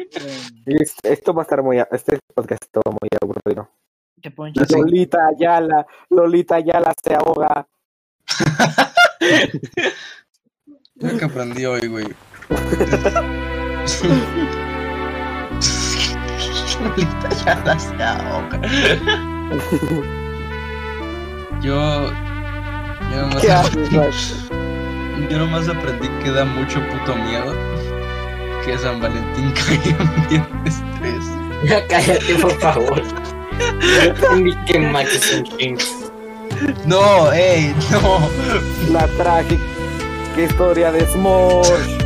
D: este Es- Esto va a estar muy. a- Este podcast estuvo muy aburrido.
B: Te ponen chicharrón.
D: Lolita Ayala, Lolita Ayala se ahoga.
A: Creo que aprendí hoy, güey. Lolita Ayala se ahoga. Yo. Yo nomás,
D: ¿Qué haces,
A: aprendí,
D: Max?
A: yo nomás aprendí que da mucho puto miedo que San Valentín caiga en viernes 3.
C: Ya cállate, por favor. Yo entendí que Max es un king.
A: No, ey, no.
D: La trágica historia de Smosh.